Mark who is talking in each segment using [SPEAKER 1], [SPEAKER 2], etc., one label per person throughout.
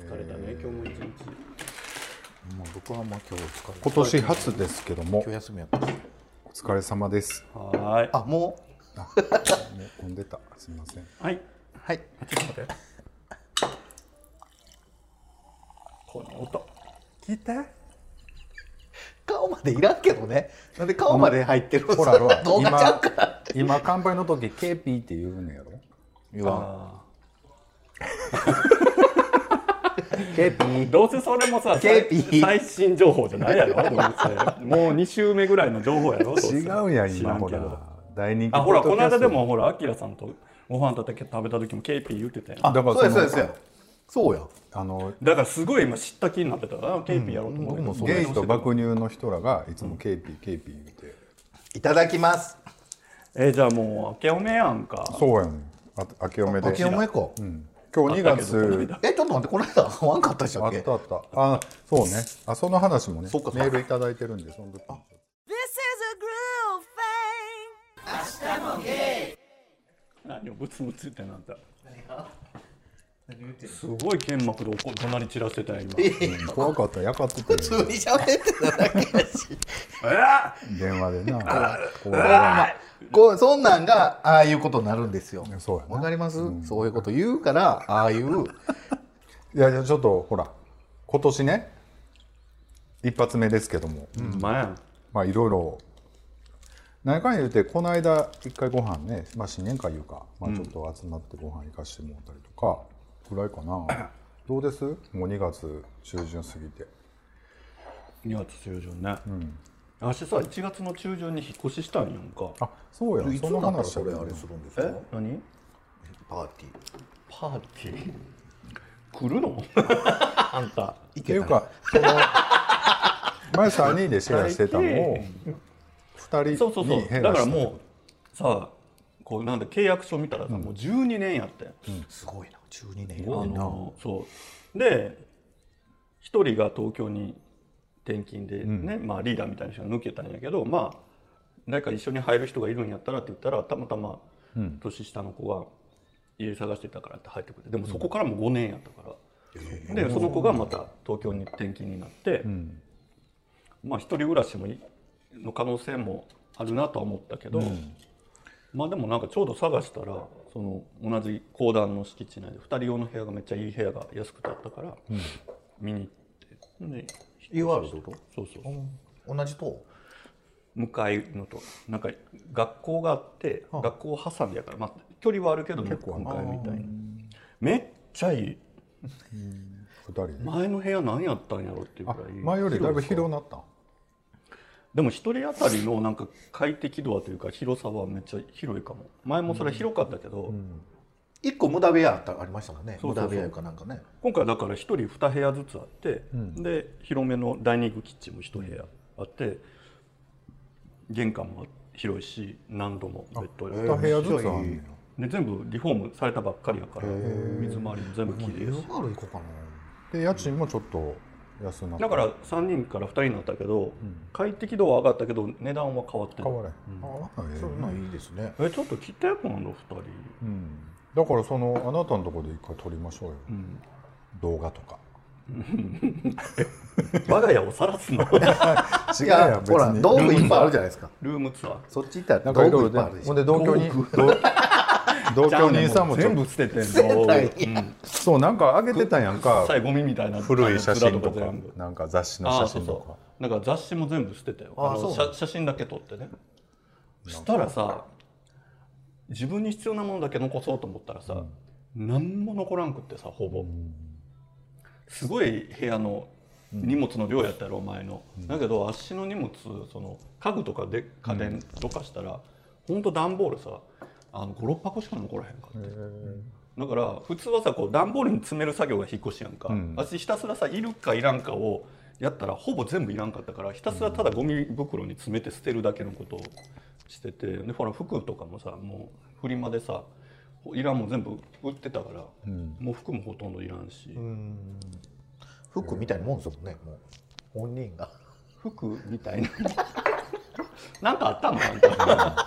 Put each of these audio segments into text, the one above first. [SPEAKER 1] 今日も一日
[SPEAKER 2] もう僕はまあ今日お疲れ今年初ですけども
[SPEAKER 3] 今日休みやった
[SPEAKER 2] お疲れ様です
[SPEAKER 1] はーい
[SPEAKER 3] あも
[SPEAKER 2] あもう飛んでたすみません
[SPEAKER 1] はい
[SPEAKER 3] うんはい
[SPEAKER 1] この音聞いて
[SPEAKER 3] 顔までいらんけどねなんで顔まで入ってる
[SPEAKER 2] ほらほら
[SPEAKER 3] 動画ちゃうから
[SPEAKER 2] 今今乾杯の時 KP って言うのやろ
[SPEAKER 3] 言わ
[SPEAKER 1] どうせそれもささい
[SPEAKER 3] KP
[SPEAKER 1] 最新情報じゃないやろ どうせもう2週目ぐらいの情報やろどうせ
[SPEAKER 2] 違うやん
[SPEAKER 1] 知ら
[SPEAKER 2] 今
[SPEAKER 1] ん
[SPEAKER 2] ほ
[SPEAKER 1] け
[SPEAKER 2] ら
[SPEAKER 1] ど
[SPEAKER 2] 大人気
[SPEAKER 1] あほら
[SPEAKER 2] ポ
[SPEAKER 1] こ
[SPEAKER 2] ッド
[SPEAKER 1] の
[SPEAKER 2] キャスト
[SPEAKER 1] 間でもほらアキラさんとご飯食べた時も KP 言ってたやん
[SPEAKER 2] だから
[SPEAKER 3] そうや
[SPEAKER 2] そ
[SPEAKER 3] そう
[SPEAKER 2] の
[SPEAKER 3] やそうやそうや
[SPEAKER 2] あの
[SPEAKER 1] だからすごい今知った気になってたあ KP やろうと思って、
[SPEAKER 3] 僕もそう
[SPEAKER 2] ゲイと爆乳の人らがいつも KP、KP 言って
[SPEAKER 3] いただきます
[SPEAKER 1] えじゃあもう明けおめやんか
[SPEAKER 2] そうやねんあ明けおめで
[SPEAKER 3] 明けおめか
[SPEAKER 2] うん今日2月
[SPEAKER 3] えちょっと待ってこの間合わんかったでした
[SPEAKER 2] あ
[SPEAKER 3] っ
[SPEAKER 2] っ
[SPEAKER 3] け
[SPEAKER 2] たあったあそうねあその話もね
[SPEAKER 3] そっかそっ
[SPEAKER 2] メー
[SPEAKER 3] か
[SPEAKER 2] ルいただいてるんでその時
[SPEAKER 4] This is a groove thing.
[SPEAKER 1] 何をブツブツ言ってんのあんたすごい剣幕で怒怒鳴り散らしてたよ今
[SPEAKER 2] うん怖かったやかって
[SPEAKER 3] 普
[SPEAKER 2] て
[SPEAKER 3] 通に喋ってただけやし
[SPEAKER 2] 電話でな怖い
[SPEAKER 3] こうそんなんがああいうことになるんですよ
[SPEAKER 2] そうやな
[SPEAKER 3] わかります、そういうこと言うからああいう
[SPEAKER 2] いやいやちょっとほら今年ね一発目ですけども、
[SPEAKER 1] うんまやん
[SPEAKER 2] まあいろいろ何回言うてこの間一回ご飯ね、まあ、新年会いうか、まあ、ちょっと集まってご飯行かしてもらったりとかぐらいか などうですもう2月中旬過ぎて
[SPEAKER 1] 2月中旬ね、あしさ1月の中旬に引っ越ししたんやんか
[SPEAKER 2] あそうや
[SPEAKER 3] いつ
[SPEAKER 2] その
[SPEAKER 3] になったら
[SPEAKER 2] 話
[SPEAKER 3] そ
[SPEAKER 2] だ
[SPEAKER 3] れ
[SPEAKER 2] けど
[SPEAKER 3] あれするんですか
[SPEAKER 1] 何
[SPEAKER 3] パーティー
[SPEAKER 1] パーティー来るの あんた
[SPEAKER 2] っていう かその前3人でシェアしてたのを
[SPEAKER 1] そう
[SPEAKER 2] 2
[SPEAKER 1] そ
[SPEAKER 2] 人
[SPEAKER 1] うそう
[SPEAKER 2] に
[SPEAKER 1] だ
[SPEAKER 2] 変
[SPEAKER 1] か
[SPEAKER 2] な
[SPEAKER 1] ら
[SPEAKER 2] し
[SPEAKER 1] もうさこうなんだ契約書見たらさ、もう12年やってん、
[SPEAKER 3] すごいな12年
[SPEAKER 1] あのそうで一人が東京に転勤でね、まあ、リーダーみたいな人が抜けたんやけどまあ誰か一緒に入る人がいるんやったらって言ったらたまたま年下の子が家探してたからって入ってくれてでもそこからも5年やったから、でその子がまた東京に転勤になって、まあ一人暮らしもいの可能性もあるなとは思ったけど、まあでもなんかちょうど探したらその同じ公団の敷地内で2人用の部屋がめっちゃいい部屋が安くてあったから、見に行ってで
[SPEAKER 3] UR ってこと
[SPEAKER 1] そうそう
[SPEAKER 3] 同じと
[SPEAKER 1] 向かいのとなんか学校があって学校を挟んでやから、まあ、距離はあるけど向かいみたいなめっちゃいい
[SPEAKER 2] 2人で
[SPEAKER 1] 前の部屋何やったんやろっていう
[SPEAKER 2] あ
[SPEAKER 1] ぐらい
[SPEAKER 2] 前よりだいぶ広なったん
[SPEAKER 1] でも一人当たりのなんか快適度はというか広さはめっちゃ広いかも前もそれ広かったけど、
[SPEAKER 3] 一個無駄部屋あったありましたもんね
[SPEAKER 1] そうそうそう
[SPEAKER 3] 無駄部屋いうかなんかね
[SPEAKER 1] 今回だから1人2部屋ずつあって、で広めのダイニングキッチンも1部屋あって玄関も広いし何度もベッド
[SPEAKER 2] 2部屋ずつあんねん
[SPEAKER 3] めっ
[SPEAKER 2] よ
[SPEAKER 1] で全部リフォームされたばっかりやから水回りも全部きれい
[SPEAKER 3] UR
[SPEAKER 1] し
[SPEAKER 3] 行こうかな
[SPEAKER 2] で家賃もちょっと安なった
[SPEAKER 1] だから3人から2人になったけど、快適度は上がったけど値段は変わってる
[SPEAKER 2] 変われへん、ああええ
[SPEAKER 3] そんなんいいですね
[SPEAKER 1] えちょっと来てこの2人、
[SPEAKER 2] うん、だからそのあなたのところで一回撮りましょうよ、
[SPEAKER 1] ん
[SPEAKER 2] 動画とか
[SPEAKER 1] 我が家を晒 すの
[SPEAKER 2] 違う
[SPEAKER 3] い
[SPEAKER 2] や
[SPEAKER 3] や
[SPEAKER 2] ん別
[SPEAKER 3] ほら
[SPEAKER 2] に
[SPEAKER 3] 道具いっぱいあるじゃないですか
[SPEAKER 1] ルームツアー
[SPEAKER 3] そっち行った
[SPEAKER 2] な
[SPEAKER 3] ら
[SPEAKER 2] んかい
[SPEAKER 3] 道
[SPEAKER 2] ろい
[SPEAKER 3] 具い
[SPEAKER 2] ろ
[SPEAKER 3] っぱいあ
[SPEAKER 2] ね
[SPEAKER 3] るでし
[SPEAKER 2] ほ
[SPEAKER 3] ょ
[SPEAKER 2] んで同居人同同居人さんもちょっ
[SPEAKER 1] 全
[SPEAKER 2] と
[SPEAKER 1] 部捨ててん
[SPEAKER 3] 絶対
[SPEAKER 1] の、うん、
[SPEAKER 2] そうなんかあげてたやんか
[SPEAKER 1] 臭いゴミみたいな
[SPEAKER 2] 古い写真
[SPEAKER 1] あ
[SPEAKER 2] と
[SPEAKER 1] の面
[SPEAKER 2] か
[SPEAKER 1] 全部
[SPEAKER 2] なんか雑誌の
[SPEAKER 1] ああそう
[SPEAKER 2] 写真と
[SPEAKER 1] そ
[SPEAKER 2] か
[SPEAKER 1] うなんか雑誌も全部捨てたよ
[SPEAKER 3] あ
[SPEAKER 1] あの
[SPEAKER 3] そうな
[SPEAKER 1] 写写真だけ撮ってねしたらさ自分に必要なものだけ残そうと思ったらさ、何も残らんくってさほぼ、すごい部屋の荷物の量やったやろお前の、だけど足の荷物その家具とかで家電とかしたら、ほんと段ボールさあの56箱しか残らへんかってだから普通はさこう段ボールに詰める作業が引っ越しやんか、
[SPEAKER 2] ん
[SPEAKER 1] 私ひたすらさいるかいらんかをやったらほぼ全部いらんかったからひたすらただゴミ袋に詰めて捨てるだけのことをしててでほら服とかもさもうフリマでさいらんもん全部売ってたから、もう服もほとんどいらんし、
[SPEAKER 3] 服みたいなもんですもんねもう本人が
[SPEAKER 1] 服みたいななんかあったのなんか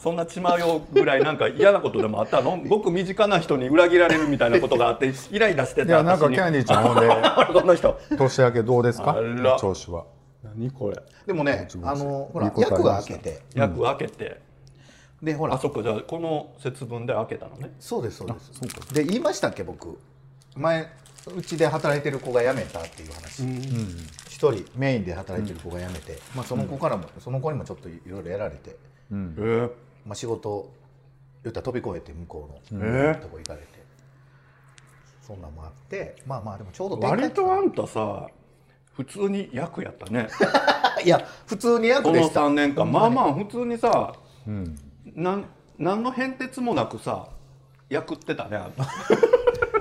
[SPEAKER 1] そんな血迷うぐらいなんか嫌なことでもあったのごく身近な人に裏切られるみたいなことがあってイライラしてた
[SPEAKER 2] いやなんか
[SPEAKER 1] 私
[SPEAKER 2] キ
[SPEAKER 1] に
[SPEAKER 2] ャンディーちゃんほんで
[SPEAKER 1] この人
[SPEAKER 2] 年明けどうですか
[SPEAKER 1] あら
[SPEAKER 2] 調子は
[SPEAKER 1] 何これ
[SPEAKER 3] でもね
[SPEAKER 2] ち、もち
[SPEAKER 3] あのほ
[SPEAKER 2] いい
[SPEAKER 3] ら
[SPEAKER 2] ことありました
[SPEAKER 3] 役が開けて、
[SPEAKER 1] 役開けて、
[SPEAKER 3] でほ
[SPEAKER 1] あ
[SPEAKER 3] ら、
[SPEAKER 1] そっかじゃあこの節分で開けたのね
[SPEAKER 3] そうですそうです。で言いましたっけ僕、前うちで働いてる子が辞めたっていう話。一人メインで働いてる子が辞めて、まあその子からもその子にもちょっといろいろやられて、
[SPEAKER 1] えー、
[SPEAKER 3] まあ仕事を言ったら飛び越えて向こう
[SPEAKER 1] え
[SPEAKER 3] の
[SPEAKER 1] ー
[SPEAKER 3] とこ行かれて、そんなんもあって、まあまあでもちょうど展開
[SPEAKER 1] 割とあんたさ普通に役やった ね
[SPEAKER 3] いや普通に役
[SPEAKER 1] こ
[SPEAKER 3] で
[SPEAKER 1] の
[SPEAKER 3] した。
[SPEAKER 1] 3年間まあまあ普通にさ
[SPEAKER 2] うん
[SPEAKER 1] なん何の変哲もなくさ役ってたねあんた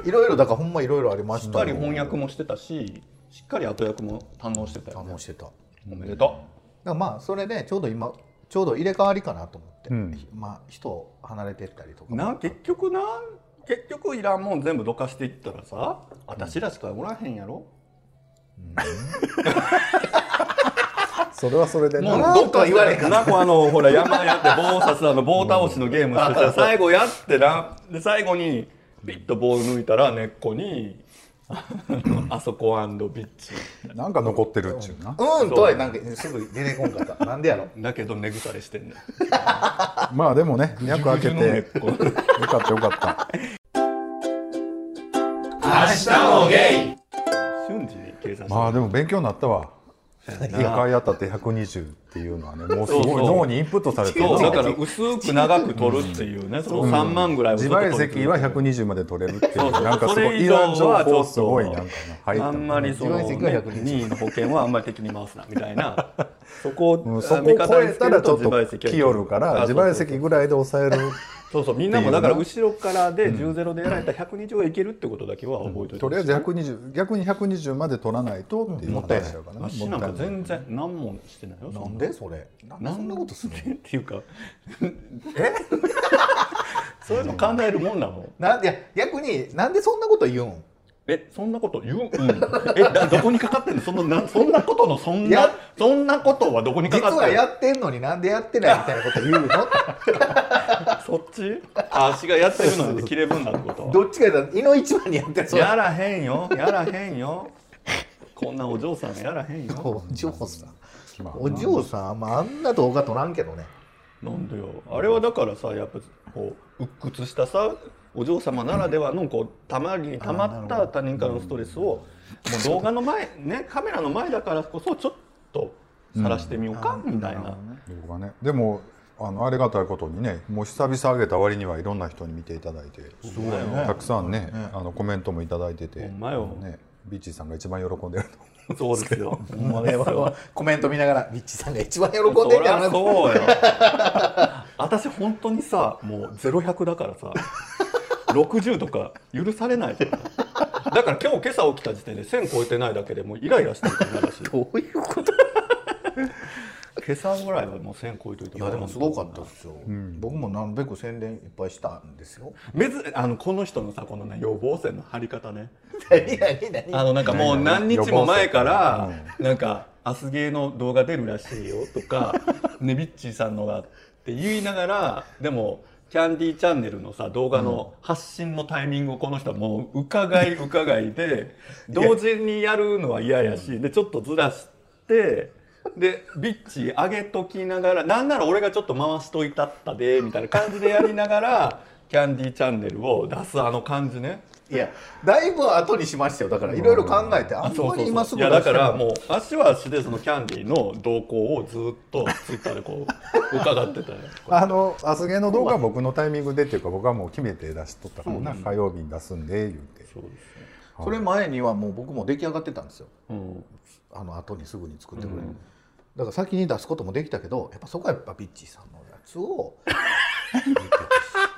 [SPEAKER 3] いろいろだからほんまいろいろありまし
[SPEAKER 1] しったか
[SPEAKER 3] ね。
[SPEAKER 1] り翻訳もしてたししっかり後役も堪能してたよ
[SPEAKER 3] 堪
[SPEAKER 1] ね
[SPEAKER 3] 能してた。
[SPEAKER 1] おめでと
[SPEAKER 3] だからまあそれでちょうど今ちょうど入れ替わりかなと思って、
[SPEAKER 2] うん
[SPEAKER 3] ひまあ人を離れてったりとか
[SPEAKER 1] うな結局な結局いらんもん全部どかしていったらさ私らしかおらへんやろ、
[SPEAKER 2] それはそれでね
[SPEAKER 3] もうどっか言われへんか
[SPEAKER 1] なこあのほら山やって棒刺すあの棒倒しのゲームしてさ最後やってなで最後にピッと棒抜いたら根っこにあのあそこビッチ
[SPEAKER 2] なんか残ってるっちゅうな
[SPEAKER 3] うんとはなんかすぐ出てこんかったなんでやろ
[SPEAKER 1] だけど根腐れしてんねん
[SPEAKER 2] まあでもね役開けてよ
[SPEAKER 1] ぐじゅぐじゅの根っこ
[SPEAKER 2] かったよかった
[SPEAKER 1] 瞬時に計算して
[SPEAKER 2] まあでも勉強になったわ
[SPEAKER 1] な
[SPEAKER 2] 2回あたって120っていうのはねもうす
[SPEAKER 1] そ
[SPEAKER 2] ご
[SPEAKER 1] う
[SPEAKER 2] い
[SPEAKER 1] そう
[SPEAKER 2] 脳にインプットされてる
[SPEAKER 1] そうだ
[SPEAKER 2] な
[SPEAKER 1] から薄く長く取るっていうね、その3万ぐらいをず
[SPEAKER 2] 自
[SPEAKER 1] っと取
[SPEAKER 2] 賠
[SPEAKER 1] るってい
[SPEAKER 2] 責
[SPEAKER 1] う
[SPEAKER 2] は120まで取れるっていう
[SPEAKER 1] そうそう
[SPEAKER 2] なんかすご
[SPEAKER 1] それ
[SPEAKER 2] い
[SPEAKER 1] 以
[SPEAKER 2] イ
[SPEAKER 1] 上
[SPEAKER 2] ラン情
[SPEAKER 1] はちょっ
[SPEAKER 2] 報
[SPEAKER 1] と
[SPEAKER 2] すごいなんかね入った
[SPEAKER 1] あんまりその、
[SPEAKER 3] 自賠責は120
[SPEAKER 1] 任意の保険はあんまり敵に回すなみたいなそこを、
[SPEAKER 2] うんそこ
[SPEAKER 1] 味
[SPEAKER 2] を
[SPEAKER 1] 方
[SPEAKER 2] 超
[SPEAKER 1] に
[SPEAKER 2] え
[SPEAKER 1] つけ
[SPEAKER 2] た
[SPEAKER 1] る
[SPEAKER 2] らちょっ
[SPEAKER 1] 自賠責
[SPEAKER 2] と
[SPEAKER 1] は
[SPEAKER 2] 寄るから
[SPEAKER 1] あ
[SPEAKER 2] 自
[SPEAKER 1] そうそう
[SPEAKER 2] 賠責ぐらいで抑える
[SPEAKER 1] そうそうみんなもだから
[SPEAKER 2] っていう
[SPEAKER 1] 後ろからで10ゼロでやられたら120はいけるってことだけは覚えておいて
[SPEAKER 2] とりあえず120逆に120まで取らないとっていう
[SPEAKER 3] もったいない
[SPEAKER 2] 話だからね
[SPEAKER 1] 私なんか全然何もしてないよそ
[SPEAKER 3] なんでそれなんでそんなことす
[SPEAKER 1] ん
[SPEAKER 3] る
[SPEAKER 1] なっていうかえ そういうの考えるもんなの
[SPEAKER 3] なんでいや逆になんでそんなこと言うん
[SPEAKER 1] えそんなこと言う、うん、えだどこにかかってんのそのなそんなことのそん
[SPEAKER 3] い
[SPEAKER 1] な
[SPEAKER 3] や
[SPEAKER 1] そんなことはどこにか
[SPEAKER 3] 実
[SPEAKER 1] かって
[SPEAKER 3] は
[SPEAKER 1] んの
[SPEAKER 3] やってんのになんでやってないみたいなこと言うの
[SPEAKER 1] そっちあ足がやってるのに切れ分だってこと
[SPEAKER 3] どっちか言ったら胃の一番にやってるそれ
[SPEAKER 1] やらへんよやらへんよこんなお嬢さんやらへんよ
[SPEAKER 3] お嬢さん
[SPEAKER 2] まあ
[SPEAKER 3] お嬢さんあんまあんな動画撮らんけどね
[SPEAKER 1] なんでよあれはだからさやっぱこう鬱屈したさお嬢様ならではのこうたまりにたまった他人からのストレスをもう動画の前ねカメラの前だからこそちょっと晒してみようかみたいな。
[SPEAKER 2] 僕はねでもあのありがたいことにねもう久々上げた割にはいろんな人に見ていただいて
[SPEAKER 1] ごいね
[SPEAKER 2] たくさんねあのコメントもいただいてて
[SPEAKER 1] ほんまよ
[SPEAKER 2] ねビーチーさんが一番喜んでると
[SPEAKER 1] そうですよ。ほんまです
[SPEAKER 3] 我
[SPEAKER 1] よ
[SPEAKER 3] 々はコメント見ながらビッチさんが一番喜んで
[SPEAKER 1] そ
[SPEAKER 3] ん
[SPEAKER 1] りゃ
[SPEAKER 3] だよな
[SPEAKER 1] そうよ私本当にさもうゼロ百だ からさ60とか許されないからだから今日今朝起きた時点で1000超えてないだけでもうイライラしてるからだし
[SPEAKER 3] どういうこと
[SPEAKER 1] 今朝ぐらいはもう1000超えといた
[SPEAKER 3] いやでもすごかったですよ、僕もなるべく宣伝いっぱいしたんですよ
[SPEAKER 1] めずあのこの人のさこのね予防線の張り方ね
[SPEAKER 3] 何何何
[SPEAKER 1] あのなんかもう何日も前からなんか「アスゲーの動画出るらしいよ」とか 「ねビッチーさんのが」って言いながらでもキャンディーチャンネルのさ動画の発信のタイミングをこの人はもう伺い伺 いで同時にやるのは嫌やしでちょっとずらしてでビッチ上げときながらなんなら俺がちょっと回しといたったでみたいな感じでやりながらキャンディーチャンネルを出すあの感じね。
[SPEAKER 3] いやだいぶ後にしましたよだからいろいろ考えてあん
[SPEAKER 1] そうそう
[SPEAKER 3] ま
[SPEAKER 1] そう
[SPEAKER 3] り今すぐ
[SPEAKER 1] いやだから
[SPEAKER 3] う
[SPEAKER 1] もう足は足でそのキャンディーの動向をずっとツイッターでこう伺ってたよ
[SPEAKER 2] あのアスゲの動画は僕のタイミングでっていうか僕はもう決めて出しとったからな火曜日に出すんで言うて
[SPEAKER 1] そうですね、
[SPEAKER 3] それ前にはもう僕も出来上がってたんですよ
[SPEAKER 1] うん、
[SPEAKER 3] あの後にすぐに作ってくれる、だから先に出すこともできたけどやっぱそこはやっぱビッチーさんのやつを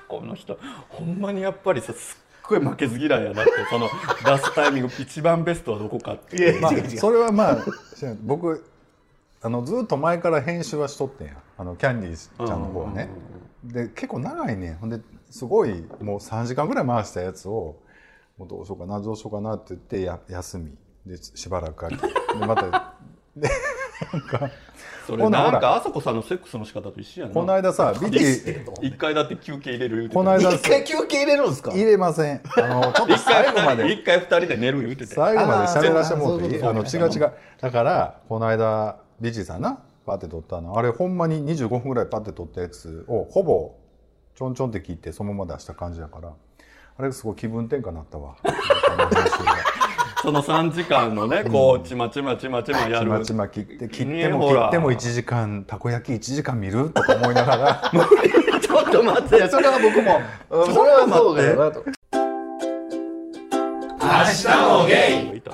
[SPEAKER 1] この人ほんまにやっぱりさすっごい負けず嫌いやなってその出すタイミング一番ベストはどこかっていう
[SPEAKER 2] まあ
[SPEAKER 3] 違う違う
[SPEAKER 2] それはまあ 知らん僕あのずっと前から編集はしとってんやあのキャンディーちゃんの方はね。で結構長いねほんですごいもう3時間ぐらい回したやつをもうどうしようかなどうしようかなって言ってや休みでしばらく空きでまたで
[SPEAKER 1] そ
[SPEAKER 2] ほ
[SPEAKER 1] れ
[SPEAKER 2] な
[SPEAKER 1] な
[SPEAKER 2] ほら
[SPEAKER 1] んかあさこさんのセックスの仕方と一緒やな
[SPEAKER 2] この間 さビッキー
[SPEAKER 1] 一回だって休憩入れる言うてた
[SPEAKER 2] この間
[SPEAKER 3] 一回休憩入れるんですか
[SPEAKER 2] 入れませんあのちょっと
[SPEAKER 1] 一
[SPEAKER 2] 最
[SPEAKER 1] 回
[SPEAKER 2] 後ま
[SPEAKER 1] 二人
[SPEAKER 2] で
[SPEAKER 1] 一回二人で寝る言うてて
[SPEAKER 2] 最後まで喋らせてもらっていい
[SPEAKER 3] あ
[SPEAKER 2] あ
[SPEAKER 3] ー
[SPEAKER 2] の違う違うだからこの間ビッキーさんなパッて撮ったのあれほんまに25分ぐらいパッて撮ったやつをほぼちょんちょんって切ってそのまま出した感じだからあれすごい気分転 換になったわこの話が
[SPEAKER 1] その三時間のねこうちまちまちまちまや
[SPEAKER 2] ち
[SPEAKER 1] る
[SPEAKER 2] まちま切って切って
[SPEAKER 1] ね
[SPEAKER 2] も
[SPEAKER 1] ほ
[SPEAKER 2] 切
[SPEAKER 1] ら
[SPEAKER 2] っても1時間たこ焼き1時間見るとか思いなが ら
[SPEAKER 3] ちょっと待ってそれは僕もうんそれはそうだよなと
[SPEAKER 1] いた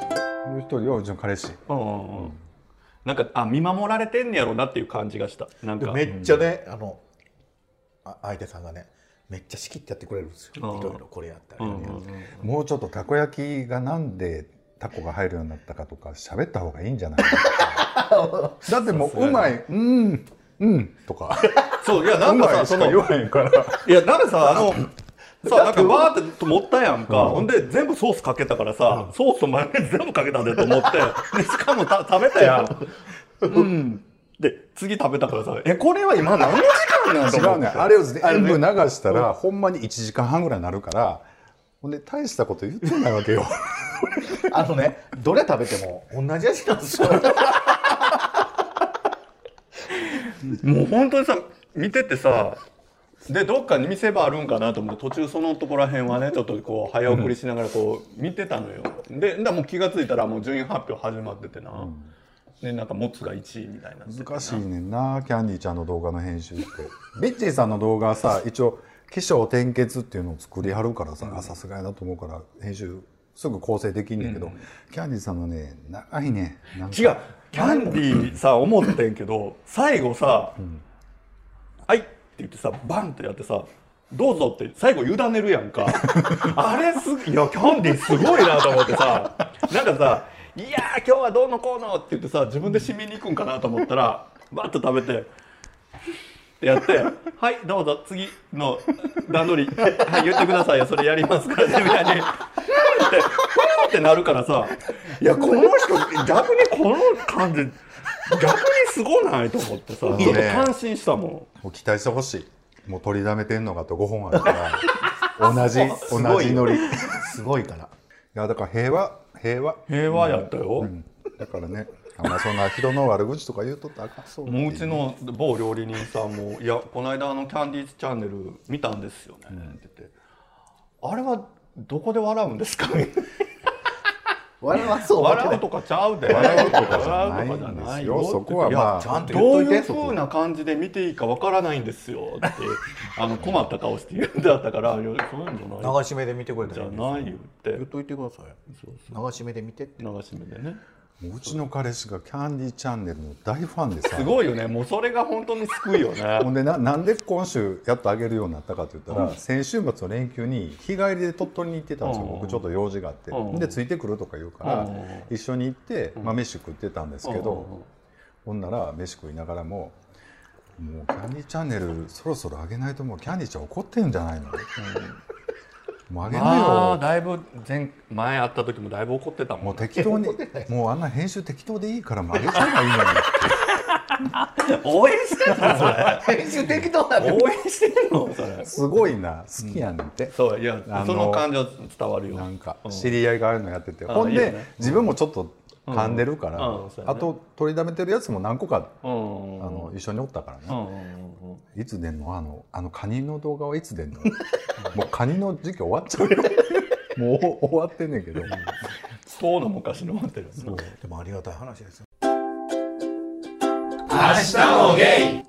[SPEAKER 2] もう一人はうちの彼氏
[SPEAKER 1] うんうんうんなんかあ見守られてんねやろうなっていう感じがしたなんか
[SPEAKER 3] めっちゃねあのあ相手さんがねめっちゃ仕切ってやってくれるんですよい
[SPEAKER 1] うん
[SPEAKER 3] ろいろこれやった
[SPEAKER 1] う
[SPEAKER 3] り
[SPEAKER 1] んうんう
[SPEAKER 3] ね
[SPEAKER 1] ん
[SPEAKER 2] もうちょっとたこ焼きがなんでタコが入るようになったかとか喋った方がいいんじ ゃないかだってもううまいうんうんとか
[SPEAKER 1] そういやな
[SPEAKER 2] うん
[SPEAKER 1] か
[SPEAKER 2] まい
[SPEAKER 1] さ
[SPEAKER 2] し
[SPEAKER 1] そ
[SPEAKER 2] か
[SPEAKER 1] の
[SPEAKER 2] 言わへんから
[SPEAKER 1] いやなんかさあ のさなんかバーって持ったやんか、ほんで全部ソースかけたからさ、ソースとマヨネーズ全部かけたんだよと思 ってでしかもた食べたやんうんで次食べた からさえこれは今何の時間なん
[SPEAKER 2] 違
[SPEAKER 1] だろ
[SPEAKER 2] うねんあれを全部流したらほんまに1時間半ぐらいになるからほんで大したこと言ってないわけよ
[SPEAKER 3] あのねどれ食べても同じ味なんです よ
[SPEAKER 1] もう本当にさ見ててさでどっかに見せ場あるんかなと思って途中そのところら辺はねちょっとこう早送りしながらこう見てたのよでだもう気が付いたらもう順位発表始まっててな、でなんかモツが1位みたいな
[SPEAKER 2] 難しいねんなキャンディーちゃんの動画の編集ってビッチーさんの動画はさ一応起承転結っていうのを作りはるからさあさすがやなと思うから編集すぐ構成できんねんけど、キャンディーさんのね長いねなんか
[SPEAKER 1] 違うキャンディーさ思ってんけど最後さ「はい」って言ってさバンってやってさ「どうぞ」って最後委ねるやんか あれすいやキャンディーすごいなと思ってさなんかさ「いやー今日はどうのこうの」って言ってさ自分で締めに行くんかなと思ったらバッと食べて。ってやって「はいどうぞ次の段取り、はい、言ってくださいよそれやりますからね」みたいに「ふん」って「ふん」ってなるからさいやこの人逆にこの感じ逆にすごないと思ってさちょっ
[SPEAKER 2] い
[SPEAKER 1] と
[SPEAKER 2] ね
[SPEAKER 1] 感心したも
[SPEAKER 2] もう期待してほしいもう取りだめてんのかと5本あるから 同じ同
[SPEAKER 3] すごい
[SPEAKER 2] じノリい
[SPEAKER 3] すごいから
[SPEAKER 2] やだから平和平和
[SPEAKER 1] ん平和やったよ、
[SPEAKER 2] だからねあんまそんな人の悪口とか言うとったらあかんそう
[SPEAKER 1] もううちの某料理人さんも「いやこの間あのキャンディーズチャンネル見たんですよね」って言って「あれはどこで笑うん ですか?」
[SPEAKER 3] 笑わそうわけな
[SPEAKER 1] 笑
[SPEAKER 3] いう
[SPEAKER 1] とかちゃうで
[SPEAKER 2] 笑うとかじゃないんで
[SPEAKER 1] 笑う
[SPEAKER 2] すよ
[SPEAKER 1] とかじゃないよ
[SPEAKER 2] そこはまあ
[SPEAKER 1] いや
[SPEAKER 2] ちゃん
[SPEAKER 3] と言っ
[SPEAKER 1] ど
[SPEAKER 3] と
[SPEAKER 1] う
[SPEAKER 3] いて
[SPEAKER 1] いうふうな感じで見ていいかわからないんですよってあの困った顔して言うんだったからいやそういうんじゃない
[SPEAKER 3] 流し目で見てくれた
[SPEAKER 1] じ
[SPEAKER 3] ら
[SPEAKER 1] ゃ
[SPEAKER 3] いいんですよ
[SPEAKER 1] ないよって
[SPEAKER 3] 言っといてください流し目で見てって
[SPEAKER 1] 流し目でね
[SPEAKER 2] もううちの彼氏がキャンディーチャンネルの大ファンでさ
[SPEAKER 1] すごいよねもうそれが本当に救いよね
[SPEAKER 2] ほんでななんで今週やっと上げるようになったかといったら、先週末の連休に日帰りで鳥取に行ってたんですよ、
[SPEAKER 1] うん
[SPEAKER 2] 僕ちょっと用事があって、
[SPEAKER 1] うん
[SPEAKER 2] でついてくるとか言うから、
[SPEAKER 1] うん
[SPEAKER 2] 一緒に行って、まあ、飯食ってたんですけど、
[SPEAKER 1] うん
[SPEAKER 2] ほんなら飯食いながらも「もうキャンディーチャンネルそろそろ上げないともうキャンディーちゃん怒ってるんじゃないの?」もう上げな
[SPEAKER 1] ああ
[SPEAKER 2] よ」
[SPEAKER 1] だいぶ前前会った時もだいぶ怒ってたも
[SPEAKER 2] も
[SPEAKER 1] ん
[SPEAKER 2] う適当にもうあんな編集適当でいいからもう上げちゃえばいいのに
[SPEAKER 1] 応援してんのそれ
[SPEAKER 3] 編集適当なん で
[SPEAKER 1] 応援してんのそれ
[SPEAKER 2] すごいな好きやねんって。
[SPEAKER 1] そういや
[SPEAKER 2] あの
[SPEAKER 1] その感情伝わるよ
[SPEAKER 2] なんか知り合いがあるのやってて、ほん
[SPEAKER 1] いい
[SPEAKER 2] で、
[SPEAKER 1] よね
[SPEAKER 2] 自分もちょっと噛んでるから、
[SPEAKER 1] うんうんそうや
[SPEAKER 2] あ
[SPEAKER 1] ね
[SPEAKER 2] と取りだめてるやつも何個か、
[SPEAKER 1] うん
[SPEAKER 2] あの一緒におったから
[SPEAKER 1] う
[SPEAKER 2] ね、
[SPEAKER 1] んうんうんうん
[SPEAKER 2] いつ出んのあのあのカニの動画はいつ出ん のもうカニの時期終わっちゃうよもう終わってんねんけど
[SPEAKER 1] そうの昔のホテルやな
[SPEAKER 3] もありがたい話ですよ
[SPEAKER 2] え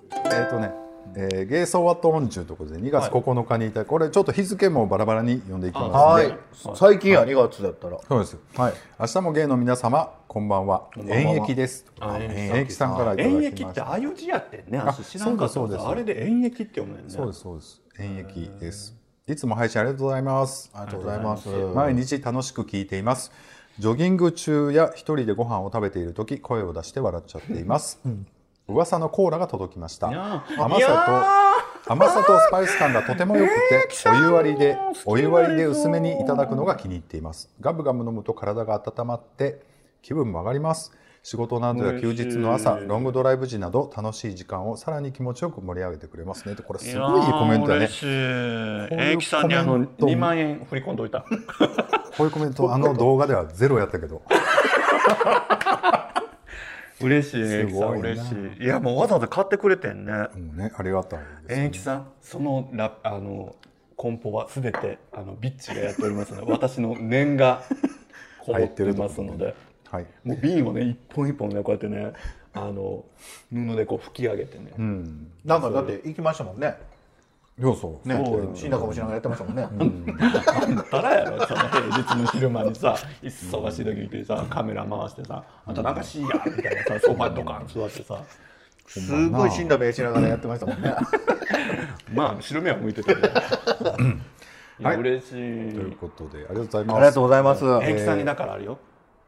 [SPEAKER 2] っとね、えー、ゲイソーワットオンチューということで2月9日にいた、これちょっと日付もバラバラに読んでいきますね
[SPEAKER 3] はい最近や2月だったら
[SPEAKER 2] そうです。はい。明日も芸の皆様、こんばんは。演劇です。演劇さんからいただき
[SPEAKER 1] 演
[SPEAKER 2] ました。
[SPEAKER 1] 劇ってあいう字やってんね。あ知らんかった
[SPEAKER 2] そうですそうです
[SPEAKER 1] あれで演劇って読むねんね。
[SPEAKER 2] そうですそうです。演劇です。いつも配信ありがとうございます。ありがとうございます。毎日楽しく聞いています。ジョギング中や一人でご飯を食べている時、声を出して笑っちゃっています。噂のコーラが届きました。
[SPEAKER 1] やー
[SPEAKER 2] 甘
[SPEAKER 1] いや
[SPEAKER 2] さと甘さとスパイス感がとても良くて、お湯割りでお湯割りで薄めにいただくのが気に入っています。ガブガブ飲むと体が温まって。気分も上がります仕事などや休日の朝ロングドライブ時など楽しい時間をさらに気持ちよく盛り上げてくれますねってこれすごいいいコメントだね
[SPEAKER 1] 嬉しい。英
[SPEAKER 2] う
[SPEAKER 1] 樹さんにあ
[SPEAKER 2] コ
[SPEAKER 1] の
[SPEAKER 2] メント
[SPEAKER 1] 2万円振り込んでおい た。
[SPEAKER 2] こういうコメントあの動画ではゼロやったけど
[SPEAKER 1] 嬉しい、英樹さん
[SPEAKER 2] すごいな
[SPEAKER 1] 嬉しい。いや、もうわざわざ買ってくれてんね。
[SPEAKER 2] もうねありがたいです
[SPEAKER 1] 英樹さん、そのラあのコンポはすべてあのビッチがやっております ので、私の念がこもってますので。
[SPEAKER 2] はい
[SPEAKER 1] もう瓶をね一本一本ねこうやってねあの布でこう拭き上げてね、
[SPEAKER 2] うん
[SPEAKER 3] なんかだって行きましたもんね
[SPEAKER 2] 要素
[SPEAKER 3] ね
[SPEAKER 1] そう
[SPEAKER 3] 死んだかもしれないやってましたもんね、
[SPEAKER 1] あんたらやろその平日の昼間にさ 忙しい時に来てさカメラ回してさ「あんたなんかしいや」みたいなさソファにドカン座ってさ
[SPEAKER 3] すごい死んだ目しながらやってましたもんね
[SPEAKER 1] まあ白目は向いてたけど、 いや
[SPEAKER 2] はい
[SPEAKER 1] 嬉しい
[SPEAKER 2] ということでありがとうございます
[SPEAKER 3] ありがとうございます
[SPEAKER 1] 平気さんにだからあるよ